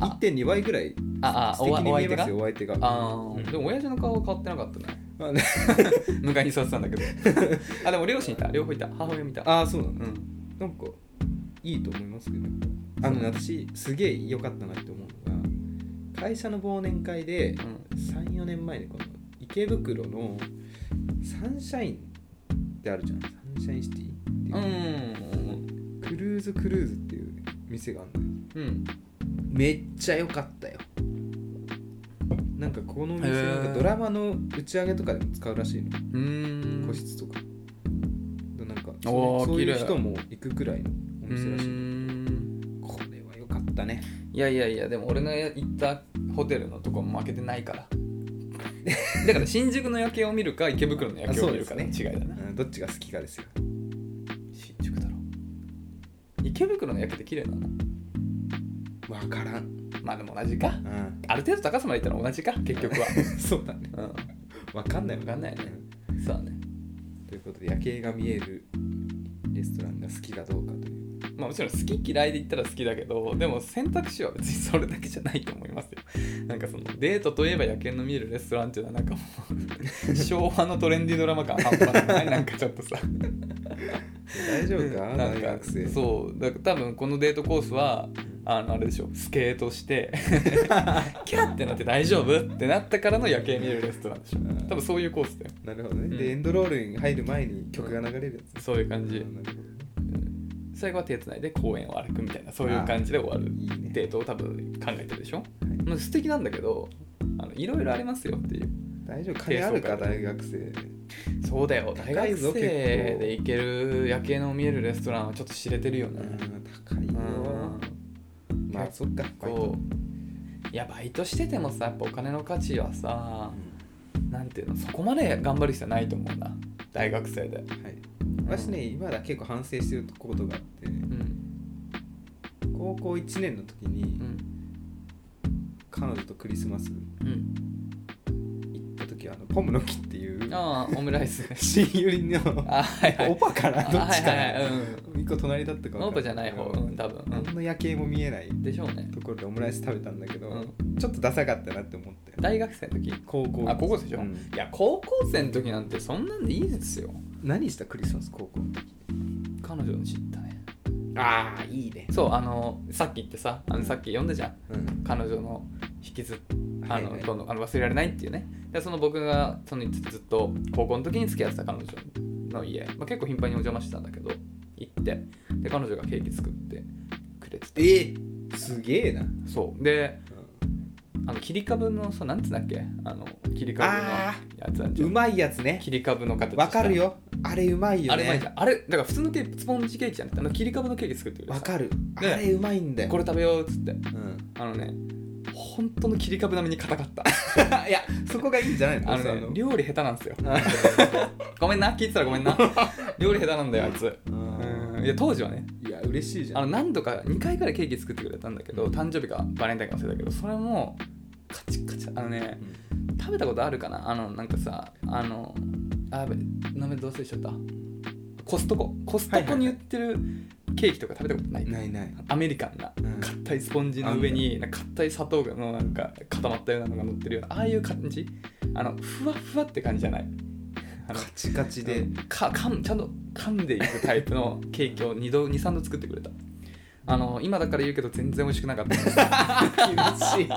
[SPEAKER 2] あ
[SPEAKER 1] 1.2倍ぐらい
[SPEAKER 2] ああ
[SPEAKER 1] 素
[SPEAKER 2] お
[SPEAKER 1] 敵に
[SPEAKER 2] お
[SPEAKER 1] 見
[SPEAKER 2] 相
[SPEAKER 1] え
[SPEAKER 2] 手
[SPEAKER 1] ま
[SPEAKER 2] が
[SPEAKER 1] すよお相手が
[SPEAKER 2] ああ、
[SPEAKER 1] うん
[SPEAKER 2] でも親父の顔は変わってなかったね
[SPEAKER 1] まあ ね
[SPEAKER 2] 向かいに座ってたんだけどあでも両親いた両方いた母親見た
[SPEAKER 1] ああそうなの
[SPEAKER 2] うん
[SPEAKER 1] なんかいいと思いますけどあのね私すげえ良かったなって思うのが会社の忘年会で
[SPEAKER 2] うん
[SPEAKER 1] 34年前にこの池袋のサンシャインってあるじゃんサンシャインシティっていうう、
[SPEAKER 2] ん
[SPEAKER 1] クルーズクルーズっていう店があるのよ
[SPEAKER 2] うん
[SPEAKER 1] めっちゃ良かったよなんかこの店
[SPEAKER 2] へー
[SPEAKER 1] なんかドラマの打ち上げとかでも使うらしいの
[SPEAKER 2] うん
[SPEAKER 1] 個室とかでなんかそ
[SPEAKER 2] おー
[SPEAKER 1] うそうい
[SPEAKER 2] 綺
[SPEAKER 1] う
[SPEAKER 2] 麗
[SPEAKER 1] 人も行くくらいのお
[SPEAKER 2] う
[SPEAKER 1] 店らしい
[SPEAKER 2] ん
[SPEAKER 1] これは良かったね
[SPEAKER 2] いやいやいやでも俺の行ったホテルのとこも負けてな いからだから新宿の夜景を見るか池袋の夜景を見るかの
[SPEAKER 1] あそうで
[SPEAKER 2] 違いだな、
[SPEAKER 1] うんどっちが好きかですよ
[SPEAKER 2] 新宿だろ池袋の夜景って綺麗なの
[SPEAKER 1] わからん、
[SPEAKER 2] まあでも同じか
[SPEAKER 1] うん、
[SPEAKER 2] ある程度高さまでいったら同じか結局は
[SPEAKER 1] そうだね
[SPEAKER 2] うん
[SPEAKER 1] わかんない
[SPEAKER 2] わかんないね
[SPEAKER 1] うん
[SPEAKER 2] そうだね
[SPEAKER 1] ということで夜景が見えるレストランが好きかどうかという
[SPEAKER 2] まあもちろん好き嫌いで言ったら好きだけどでも選択肢は別にそれだけじゃないと思いますよなんかそのデートといえば夜景の見えるレストランっていうのはなんかも う昭和のトレンディードラマ感半端ないなんかちょっとさ
[SPEAKER 1] 大丈夫か
[SPEAKER 2] なん
[SPEAKER 1] 大
[SPEAKER 2] か
[SPEAKER 1] 学生
[SPEAKER 2] そうだから多分このデートコースはあのあれでしょスケートして キャッてなって大丈夫ってなったからの夜景見えるレストランでしょ
[SPEAKER 1] うん
[SPEAKER 2] 多分そういうコースだよ
[SPEAKER 1] なるほどね、
[SPEAKER 2] うん
[SPEAKER 1] でエンドロールに入る前に曲が流れるやつ、
[SPEAKER 2] そういう感
[SPEAKER 1] あ
[SPEAKER 2] じ
[SPEAKER 1] ーなるほどね
[SPEAKER 2] 最後は手つないで公園を歩くみたいなそういう感じで終わる
[SPEAKER 1] いいね
[SPEAKER 2] デートを多分考えてるでしょ、まあ素敵なんだけどあのいろいろありますよっていう
[SPEAKER 1] 大丈夫金あるか
[SPEAKER 2] 低層階
[SPEAKER 1] 大学生
[SPEAKER 2] そうだよ大
[SPEAKER 1] 高い
[SPEAKER 2] 学
[SPEAKER 1] ぞ
[SPEAKER 2] 生で行ける夜景の見えるレストランはちょっと知れてるよ
[SPEAKER 1] う
[SPEAKER 2] ね
[SPEAKER 1] ん高い
[SPEAKER 2] うん
[SPEAKER 1] よまあそっか
[SPEAKER 2] こういやバイトしててもさやっぱお金の価値はさなんていうのそこまで頑張る必要ないと思うな大学生で
[SPEAKER 1] はい、私ね今だ結構反省してることがあって
[SPEAKER 2] うん
[SPEAKER 1] 高校1年の時に
[SPEAKER 2] うん
[SPEAKER 1] 彼女とクリスマス
[SPEAKER 2] うん
[SPEAKER 1] 行った時はあのポムの木って いう
[SPEAKER 2] ああオムライス
[SPEAKER 1] 親友の
[SPEAKER 2] あはいはい
[SPEAKER 1] オパかなどっちか
[SPEAKER 2] はいはいはい
[SPEAKER 1] な
[SPEAKER 2] うん
[SPEAKER 1] 一個隣だったか
[SPEAKER 2] ノ
[SPEAKER 1] 分か
[SPEAKER 2] ート
[SPEAKER 1] ん
[SPEAKER 2] じゃない方、
[SPEAKER 1] けど
[SPEAKER 2] うん、多分、
[SPEAKER 1] 何の夜景も見えない
[SPEAKER 2] でしょうね、
[SPEAKER 1] ところでオムライス食べたんだけ
[SPEAKER 2] う
[SPEAKER 1] ど、
[SPEAKER 2] ん、
[SPEAKER 1] ちょっとダサかったなって思って
[SPEAKER 2] 大学生の時
[SPEAKER 1] 高校
[SPEAKER 2] あ高校生でしょ、
[SPEAKER 1] うん
[SPEAKER 2] いや高校生の時なんてそんなんでいいですよ
[SPEAKER 1] 何したクリスマス高校の時
[SPEAKER 2] 彼女の知ったね
[SPEAKER 1] ああいいね
[SPEAKER 2] そうあのさっき言ってさあのさっき読んだじゃん
[SPEAKER 1] うん
[SPEAKER 2] 彼女の引きずっあ
[SPEAKER 1] はい
[SPEAKER 2] の
[SPEAKER 1] はい
[SPEAKER 2] どんどんあの忘れられないっていうねでその僕がそのずっと高校の時に付き合ってた彼女の家、まあ、結構頻繁にお邪魔してたんだけど行ってで彼女がケーキ作ってくれてて
[SPEAKER 1] えすげえな、
[SPEAKER 2] そうであの切り株のさなんつうんだっけあの切り株のや
[SPEAKER 1] あ
[SPEAKER 2] つある
[SPEAKER 1] う
[SPEAKER 2] じゃん
[SPEAKER 1] まいやつね
[SPEAKER 2] 切り株の形した
[SPEAKER 1] わかるよあれうまいよ
[SPEAKER 2] あれうまいじ
[SPEAKER 1] ね
[SPEAKER 2] ゃんあれだから普通のケーキスポンジケーキじゃなくてあの切り株のケーキ作ってくれ
[SPEAKER 1] わ
[SPEAKER 2] た
[SPEAKER 1] かるあ
[SPEAKER 2] ね
[SPEAKER 1] れうまいんだよ
[SPEAKER 2] これ食べようっつって
[SPEAKER 1] うん
[SPEAKER 2] あのね本当の切り株並みに硬かった いや
[SPEAKER 1] そこがいいんじゃないの
[SPEAKER 2] あの
[SPEAKER 1] そ
[SPEAKER 2] ね
[SPEAKER 1] の
[SPEAKER 2] 料理下手なんですよごめんな聞いてたらごめ んな料理下手なんだよあいつ うんいや当時はね
[SPEAKER 1] いや嬉しいじゃ
[SPEAKER 2] あの
[SPEAKER 1] ん
[SPEAKER 2] 何度か2回ぐらいケーキ作ってくれたんだけど誕生日かバレンタインか忘れたけどそれもカチカチあのね食べたことあるかなあのなんかさあのあやべ名前どうせしちゃったコストココストコに売ってるケーキとか食べたことない,、
[SPEAKER 1] ないない
[SPEAKER 2] アメリカンな
[SPEAKER 1] うん
[SPEAKER 2] 硬いスポンジの上になんか硬い砂糖がのなんか固まったようなのが乗ってるようなああいう感じあのふわふわって感じじゃないあの
[SPEAKER 1] カチカチで
[SPEAKER 2] か噛むちゃんと噛んでいくタイプ のケーキを2度23度作ってくれたあの今だから言うけど全然美味しくな かったです
[SPEAKER 1] 厳
[SPEAKER 2] い
[SPEAKER 1] し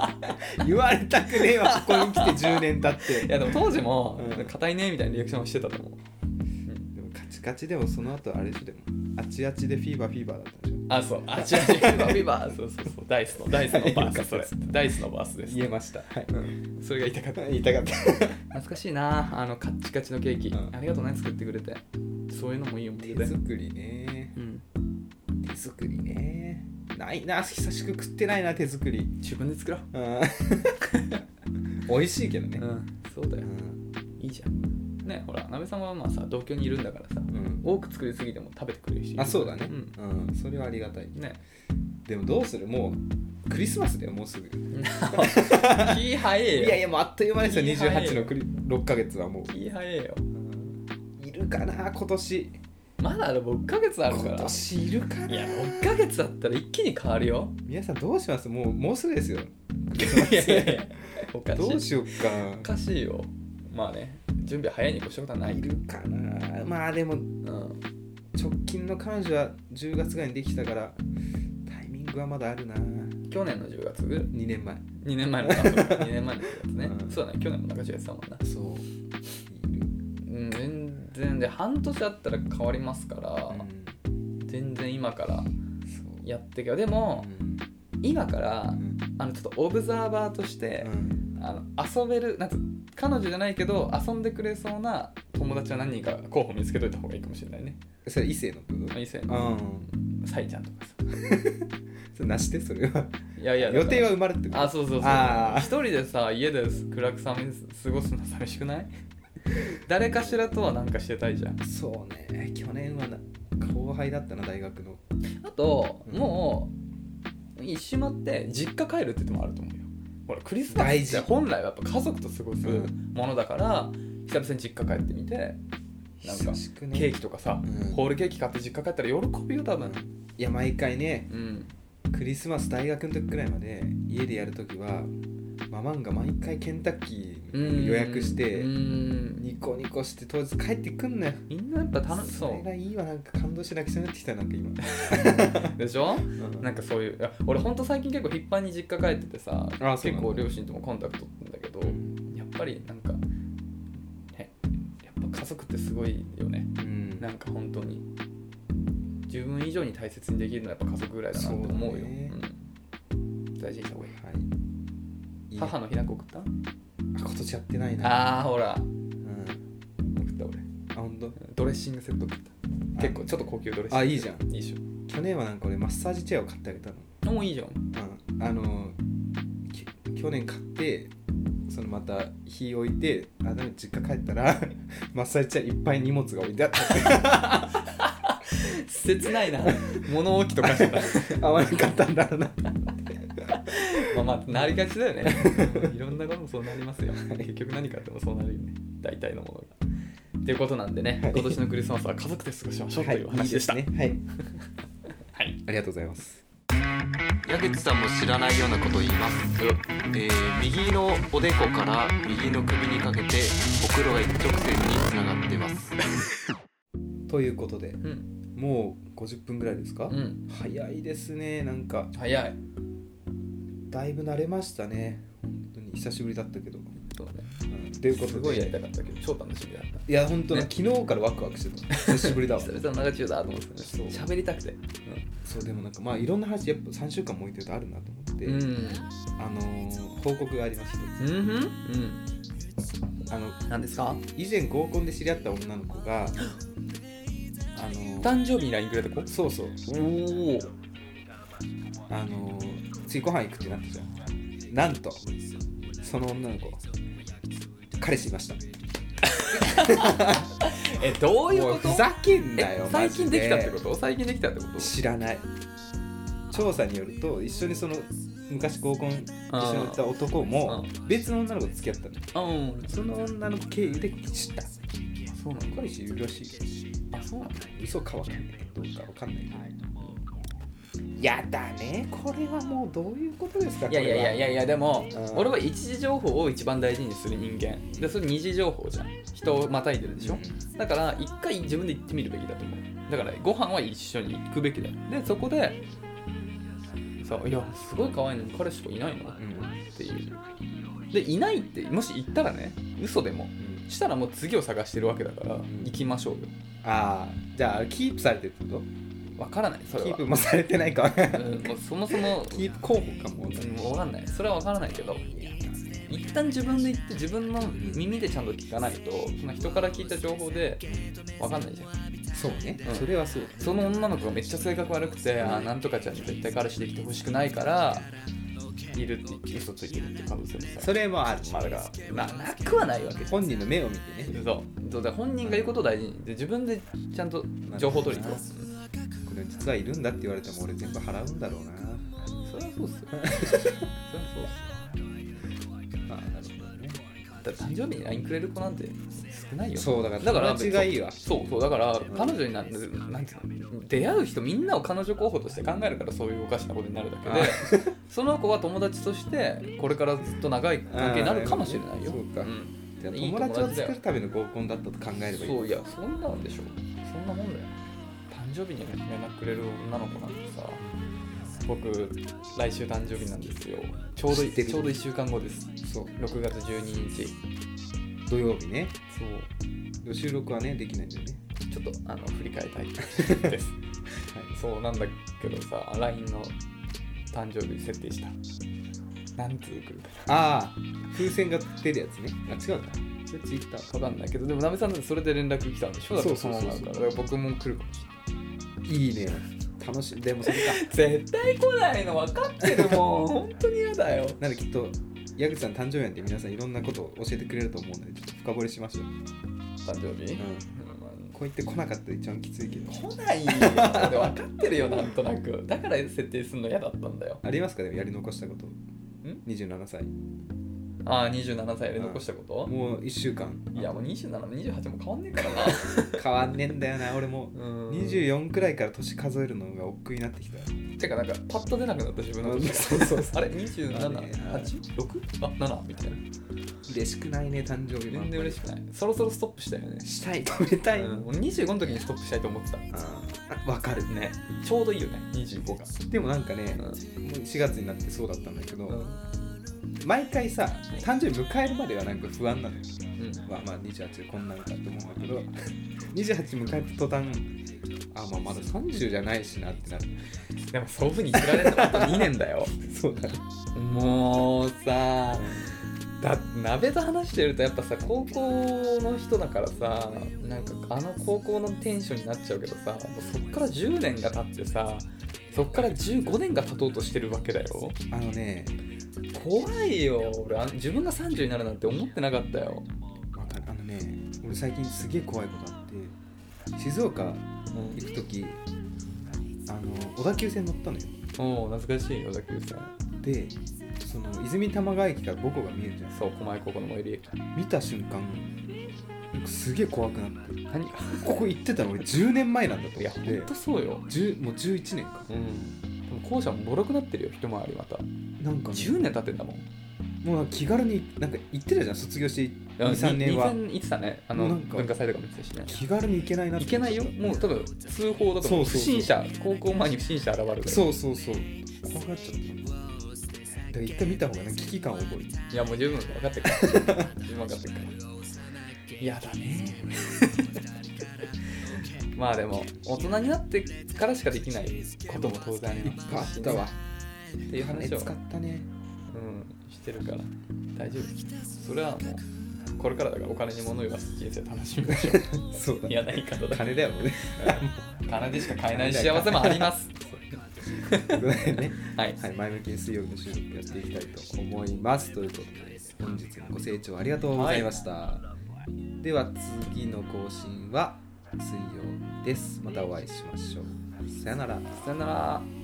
[SPEAKER 1] い言われたくねえわここに来て10年経って
[SPEAKER 2] やでも当時も
[SPEAKER 1] うん
[SPEAKER 2] 硬いねみたいなリアクションをしてたと思う
[SPEAKER 1] でもカチカチでもその後あれでしょでもあちあちでフィーバーフィーバーだったんでしょ
[SPEAKER 2] あそうあ 違う違うビバビバそうそうそうダイスのダイ スのバースそれダイスのバースです
[SPEAKER 1] 言えましたはい、
[SPEAKER 2] それが言いたかった
[SPEAKER 1] 言いたかった
[SPEAKER 2] 懐かしいなあのカッチカチのケーキ、
[SPEAKER 1] うん
[SPEAKER 2] ありがとうね作ってくれてそういうのもいい思い出
[SPEAKER 1] 手
[SPEAKER 2] で
[SPEAKER 1] 作りね
[SPEAKER 2] うん、
[SPEAKER 1] 手作りねないな久しく食ってないな手作り
[SPEAKER 2] 自分で作ろう、
[SPEAKER 1] うん美味しいけどね
[SPEAKER 2] うん、そうだよいいじゃんねほらなべさんはまあさ同居にいるんだからさ
[SPEAKER 1] うん
[SPEAKER 2] 多く作りすぎても食べてくれるし
[SPEAKER 1] あそうだね
[SPEAKER 2] ん
[SPEAKER 1] うんそれはありがたい
[SPEAKER 2] ね
[SPEAKER 1] でもどうするもうクリスマスだよもうすぐ
[SPEAKER 2] 気早え
[SPEAKER 1] い
[SPEAKER 2] よ
[SPEAKER 1] やいやもうあっという間ですよ
[SPEAKER 2] いい早い
[SPEAKER 1] 28のクリ6ヶ月はもう
[SPEAKER 2] 気早えよ
[SPEAKER 1] いるかな今年
[SPEAKER 2] まだでも6ヶ月あるか
[SPEAKER 1] 今
[SPEAKER 2] ら
[SPEAKER 1] 年いるか
[SPEAKER 2] いや
[SPEAKER 1] な
[SPEAKER 2] 6ヶ月だったら一気に変わ るよ
[SPEAKER 1] 皆さんどうしますもうもうすぐですよ
[SPEAKER 2] いやいやいやおかしい
[SPEAKER 1] どうしよう
[SPEAKER 2] お
[SPEAKER 1] か
[SPEAKER 2] かしいよまあね準備早いに越したことはない
[SPEAKER 1] いるかなまあでも
[SPEAKER 2] うん
[SPEAKER 1] 直近の彼女は10月ぐらいにできたからタイミングはまだあるな2
[SPEAKER 2] 去年の10月ぐらい
[SPEAKER 1] 年前
[SPEAKER 2] 2年前の誕生日2年前の10月ね、
[SPEAKER 1] うん
[SPEAKER 2] そうだね去年も中中やってたもんな
[SPEAKER 1] そういる
[SPEAKER 2] うん全然で半年あったら変わりますから、
[SPEAKER 1] うん
[SPEAKER 2] 全然今から
[SPEAKER 1] そう
[SPEAKER 2] やってけどでも、今から
[SPEAKER 1] うん
[SPEAKER 2] あのちょっとオブザーバーとして、あの遊べるなんか彼女じゃないけど遊んでくれそうな友達は何人か候補見つけといた方がいいかもしれないね
[SPEAKER 1] それ異性のこと
[SPEAKER 2] 伊勢
[SPEAKER 1] うん
[SPEAKER 2] サイちゃんとかさ
[SPEAKER 1] それなしてそれはい
[SPEAKER 2] やいやだから
[SPEAKER 1] 予定は埋まるってこと
[SPEAKER 2] あそうそうそう
[SPEAKER 1] あー
[SPEAKER 2] 一人でさ家で暗くさめ過ごすの寂しくない 誰かしらとはなんかしてたいじゃん
[SPEAKER 1] そうね去年はな後輩だったな大学の
[SPEAKER 2] あと、
[SPEAKER 1] うん
[SPEAKER 2] もう一周回って実家帰るって言ってもあると思うよほらクリスマス
[SPEAKER 1] 大
[SPEAKER 2] っ
[SPEAKER 1] 事
[SPEAKER 2] て本来はやっぱ家族と過ごす
[SPEAKER 1] う
[SPEAKER 2] ものだから、久々に実家帰ってみてなんか
[SPEAKER 1] 久しくね
[SPEAKER 2] ケーキとかさ、
[SPEAKER 1] うん
[SPEAKER 2] ホールケーキ買って実家帰ったら喜ぶよ多分
[SPEAKER 1] いや毎回ね
[SPEAKER 2] うん、
[SPEAKER 1] クリスマス大学の時くらいまで家でやる時はママンが毎回ケンタッキー予約して
[SPEAKER 2] うん
[SPEAKER 1] ニコニコして当日帰ってくんのよ
[SPEAKER 2] みんなやっぱ楽し
[SPEAKER 1] そ
[SPEAKER 2] そ
[SPEAKER 1] れがいいわなんか感動して泣きそうになってきたなんか今
[SPEAKER 2] うでしょ
[SPEAKER 1] うん
[SPEAKER 2] なんかそういういや俺ほんと最近結構頻繁に実家帰っててさ
[SPEAKER 1] あそうな
[SPEAKER 2] 結
[SPEAKER 1] んだ
[SPEAKER 2] 構両親ともコンタクト取ってんだけど、やっぱりなんかねやっぱ家族ってすごいよね
[SPEAKER 1] うん
[SPEAKER 2] なんか本当に自分以上に大切にできるのはやっぱ家族ぐらいだなって思うよ
[SPEAKER 1] そうだね
[SPEAKER 2] うん大事にした方がいい
[SPEAKER 1] はいいい
[SPEAKER 2] 母
[SPEAKER 1] あ
[SPEAKER 2] の日なんか送った
[SPEAKER 1] 今年やってないなあ、
[SPEAKER 2] ああーほら
[SPEAKER 1] うん、
[SPEAKER 2] 送った俺
[SPEAKER 1] あ本当
[SPEAKER 2] ドレッシングセット送った結構ちょっと高級ドレッシング
[SPEAKER 1] あいいじゃん
[SPEAKER 2] いいでし
[SPEAKER 1] 去年はなんか俺マッサージチェアを買ってあげたの
[SPEAKER 2] ょもういいじゃん
[SPEAKER 1] うんあのき去年買ってそのまた日置いてあでも実家帰ったら マッサージチェアいっぱい荷物が置いてあった
[SPEAKER 2] 切ないな物置とかしてた
[SPEAKER 1] 合わなかったんだろうな
[SPEAKER 2] まあまあなりがちだよねいろんなこともそうなりますよ結局何かあってもそうなるよね大体のものがっていうことなんでね、今年のクリスマスは家族で過ごしましょうという話でした、
[SPEAKER 1] はいいいすねはい、
[SPEAKER 2] はい
[SPEAKER 1] ありがとうございます
[SPEAKER 3] 矢口さんも知らないようなことを言います、えー右のおでこから右の首にかけてほくろが一直線につながってます
[SPEAKER 1] ということで
[SPEAKER 2] うん
[SPEAKER 1] もう50分ぐらいですか、
[SPEAKER 2] うん
[SPEAKER 1] 早いですねなんか
[SPEAKER 2] 早い
[SPEAKER 1] だいぶ慣れましたね本当に久しぶりだったけど、
[SPEAKER 2] そうだね
[SPEAKER 1] うん、というこ
[SPEAKER 2] す
[SPEAKER 1] と
[SPEAKER 2] ごいや
[SPEAKER 1] で
[SPEAKER 2] りたかったけど超楽しみだった
[SPEAKER 1] いや本当に、
[SPEAKER 2] ね
[SPEAKER 1] 昨日からワクワクしてた久しぶりだわ
[SPEAKER 2] 久々の長中だと思ってたね
[SPEAKER 1] そう
[SPEAKER 2] 喋りたくて
[SPEAKER 1] そうでもなんかまあいろんな話やっぱ3週間も置いてるとあるなと思って、
[SPEAKER 2] うん
[SPEAKER 1] あのー報告がありまして
[SPEAKER 2] うんうんうん
[SPEAKER 1] あの
[SPEAKER 2] 何ですか
[SPEAKER 1] 以前合コンで知り合った女の子 があのー
[SPEAKER 2] 誕生日に LINE くれた子
[SPEAKER 1] そうそう
[SPEAKER 2] おお
[SPEAKER 1] あのー次ご飯行くってなったじゃんなんとその女の子彼氏いました
[SPEAKER 2] えどういう
[SPEAKER 1] も
[SPEAKER 2] こ
[SPEAKER 1] う
[SPEAKER 2] と
[SPEAKER 1] ふざけんな
[SPEAKER 2] え
[SPEAKER 1] よ
[SPEAKER 2] 最近できたってことと最近できたってこと
[SPEAKER 1] 知らない調査によると一緒にその昔合コン一緒に行った男も別の女の子と付き合ったの
[SPEAKER 2] あうん
[SPEAKER 1] その女の子経由で知った
[SPEAKER 2] そうなんだ
[SPEAKER 1] 彼氏いるらしい
[SPEAKER 2] あそうなんだ
[SPEAKER 1] 嘘かわかんないどうかわかんないやだねこれはもうどういうことですか
[SPEAKER 2] いやいやいやいやいやでも、
[SPEAKER 1] うん
[SPEAKER 2] 俺は一次情報を一番大事にする人間でそれ二次情報じゃん人をまたいでるでしょ、だから一回自分で行ってみるべきだと思うだからご飯は一緒に行くべきだよでそこでさ「いやすごい可愛いのに彼しかいないの?」
[SPEAKER 1] うん
[SPEAKER 2] っていうでいないってもし行ったらね嘘でも
[SPEAKER 1] うん
[SPEAKER 2] したらもう次を探してるわけだから、
[SPEAKER 1] ん
[SPEAKER 2] 行きましょうよ
[SPEAKER 1] ああじゃあキープされてるってこ
[SPEAKER 2] わからないそ
[SPEAKER 1] とキー
[SPEAKER 2] れは
[SPEAKER 1] プもされて ないかわかんない
[SPEAKER 2] うん、もうそもそも
[SPEAKER 1] キープ候補かも
[SPEAKER 2] うんわかんないそれは分からないけど一旦自分で言って自分の耳でちゃんと聞かないとその人から聞いた情報で分かんないじゃん
[SPEAKER 1] そうね
[SPEAKER 2] うん
[SPEAKER 1] それはそう
[SPEAKER 2] その女の子がめっちゃ性格悪くてあーなんとかちゃんに絶対彼氏できてほしくないからいるって嘘ついてるって可能性もさ
[SPEAKER 1] それもある
[SPEAKER 2] まあだからまあなくはないわけじゃん
[SPEAKER 1] 本人の目を見てね
[SPEAKER 2] そうそうだから本人が言うことを大事にで自分でちゃんと情報取りに行こう
[SPEAKER 1] これ実はいるんだって言われても俺全部払うんだろうな
[SPEAKER 2] それはそうっすよそれはそうっす
[SPEAKER 1] まあなるほどね
[SPEAKER 2] だって誕生日に LINE くれる子なんて少ないよ
[SPEAKER 1] そうだから友達
[SPEAKER 2] 別に
[SPEAKER 1] がいいわ
[SPEAKER 2] そうそうだから彼女になんなんていうの出会う人みんなを彼女候補として考えるからそういうおかしなことになるだけで その子は友達としてこれからずっと長い関係になるかもしれないよ
[SPEAKER 1] あーそうか
[SPEAKER 2] ん
[SPEAKER 1] じゃあ
[SPEAKER 2] いい
[SPEAKER 1] 友
[SPEAKER 2] 友
[SPEAKER 1] 達
[SPEAKER 2] 達だ
[SPEAKER 1] を
[SPEAKER 2] よ
[SPEAKER 1] 作るための合コンだったと考えればいい
[SPEAKER 2] そういやそんなんでしょそんなもんだよ誕生日に連絡くれる女の子なんてさ僕来週誕生日なんですよちょうど
[SPEAKER 1] 知ってる
[SPEAKER 2] ちょうど1週間後です
[SPEAKER 1] そう
[SPEAKER 2] 6月12日
[SPEAKER 1] 土曜日ね
[SPEAKER 2] そう
[SPEAKER 1] 収録はねできないんだよね
[SPEAKER 2] ちょっとあの振り返りた いです、
[SPEAKER 1] はい
[SPEAKER 2] そうなんだけどさ LINE の誕生日設定した何通来るか
[SPEAKER 1] ああ風船が出るやつねあ違うかそれツイッター
[SPEAKER 2] 分かんないけどでもなべさんだってそれで連絡来たんでしょだって
[SPEAKER 1] そうそうそうそう
[SPEAKER 2] のままだからだから僕も来るかもし
[SPEAKER 1] いいね楽しいでもそれか
[SPEAKER 2] れない絶対来ないの分かってるもん本当に嫌だよ
[SPEAKER 1] なのできっと矢口さん誕生日なんて皆さんいろんなことを教えてくれると思うのでちょっと深掘りしましょう、
[SPEAKER 2] 誕生日、
[SPEAKER 1] こう言って来なかったら一番きついけど
[SPEAKER 2] 来ないよ俺分かってるよなんとなく だから設定するの嫌だったんだよ
[SPEAKER 1] ありますかでもやり残したこと27歳
[SPEAKER 2] ああ27歳やり残したこと、
[SPEAKER 1] もう1週間
[SPEAKER 2] いやもう2728も変わんねえからな
[SPEAKER 1] 変わんねえんだよな俺も
[SPEAKER 2] うん
[SPEAKER 1] 24くらいから年数えるのが億劫になってきた
[SPEAKER 2] てかなんかパッと出なくなった自分の
[SPEAKER 1] そうそうそう
[SPEAKER 2] あれ27
[SPEAKER 1] あね
[SPEAKER 2] 8 6あ7みたいな
[SPEAKER 1] 嬉しくないね誕生日
[SPEAKER 2] 全然嬉しくないそろそろストップしたよね
[SPEAKER 1] したい食べたい、
[SPEAKER 2] うん俺25の時にストップしたいと思ってた
[SPEAKER 1] あーわかる
[SPEAKER 2] ねちょうどいいよね25が
[SPEAKER 1] でもなんかね、
[SPEAKER 2] うん
[SPEAKER 1] もう4月になってそうだったんだけど、
[SPEAKER 2] うん
[SPEAKER 1] 毎回さ誕生日迎えるまではなんか不安なのよ
[SPEAKER 2] うん
[SPEAKER 1] まあ、まあ28でこんなんかと思うんだけど28迎えた途端あまあまだ30じゃないしなってなる
[SPEAKER 2] でもそういうふうに言ってられるのはあと2年だよ
[SPEAKER 1] そうだね
[SPEAKER 2] もうさだ鍋と話してるとやっぱさ高校の人だからさなんかあの高校のテンションになっちゃうけどさもうそっから10年が経ってさそっから15年が経とうとしてるわけだよ
[SPEAKER 1] あのね
[SPEAKER 2] 怖いよ俺あ自分が30になるなんて思ってなかったよ、
[SPEAKER 1] わかるあのね俺最近すげえ怖いことあって静岡
[SPEAKER 2] うん
[SPEAKER 1] 行く時あの小田急線乗ったのよ
[SPEAKER 2] おお懐かしいよ小田急線
[SPEAKER 1] でその泉多摩川駅から母校が見えるじゃ
[SPEAKER 2] そう狛江高校の最寄り駅
[SPEAKER 1] ん見た瞬間なんかすげえ怖くなって
[SPEAKER 2] 何か
[SPEAKER 1] ここ行ってたの俺10年前なんだと
[SPEAKER 2] い
[SPEAKER 1] 思
[SPEAKER 2] や
[SPEAKER 1] って
[SPEAKER 2] ほんとそうよ
[SPEAKER 1] 10もう11年か
[SPEAKER 2] うんでも校舎もボロくなってるよ一回りまた
[SPEAKER 1] なんか、ね、
[SPEAKER 2] 10年経ってんだもん
[SPEAKER 1] もうなんか気軽になんか行ってたじゃん卒業して23年は
[SPEAKER 2] 2000行ってたねあ
[SPEAKER 1] もう
[SPEAKER 2] の
[SPEAKER 1] なんか
[SPEAKER 2] 文化祭とかも行ってたしね
[SPEAKER 1] 気軽に行けないなって
[SPEAKER 2] いけないよもう多分通報だと思
[SPEAKER 1] そうそ
[SPEAKER 2] う
[SPEAKER 1] うそう
[SPEAKER 2] 不審者高校前に不審者現れるから
[SPEAKER 1] そうそうそう怖がっちゃっただから一回見た方がね危機感を覚える
[SPEAKER 2] いやもう十分分かってるから十分分かってるからいやだねまあでも大人になってからしかできないことも当然あります
[SPEAKER 1] あったわ
[SPEAKER 2] っていう話を、
[SPEAKER 1] 使ったね
[SPEAKER 2] うん、してるから 大丈夫それはもうこれからだからお金に物言わす人生楽し みましょう
[SPEAKER 1] そうだ
[SPEAKER 2] 嫌な言 い方だ
[SPEAKER 1] 金だよね
[SPEAKER 2] 金でしか買えない幸せもあります
[SPEAKER 1] ということでね
[SPEAKER 2] はい
[SPEAKER 1] はい前向きに水曜日の収録やっていきたいと思いますということで本日もご清聴ありがとうございました、では次の更新は水曜ですまたお会いしましょうさよなら
[SPEAKER 2] さよなら。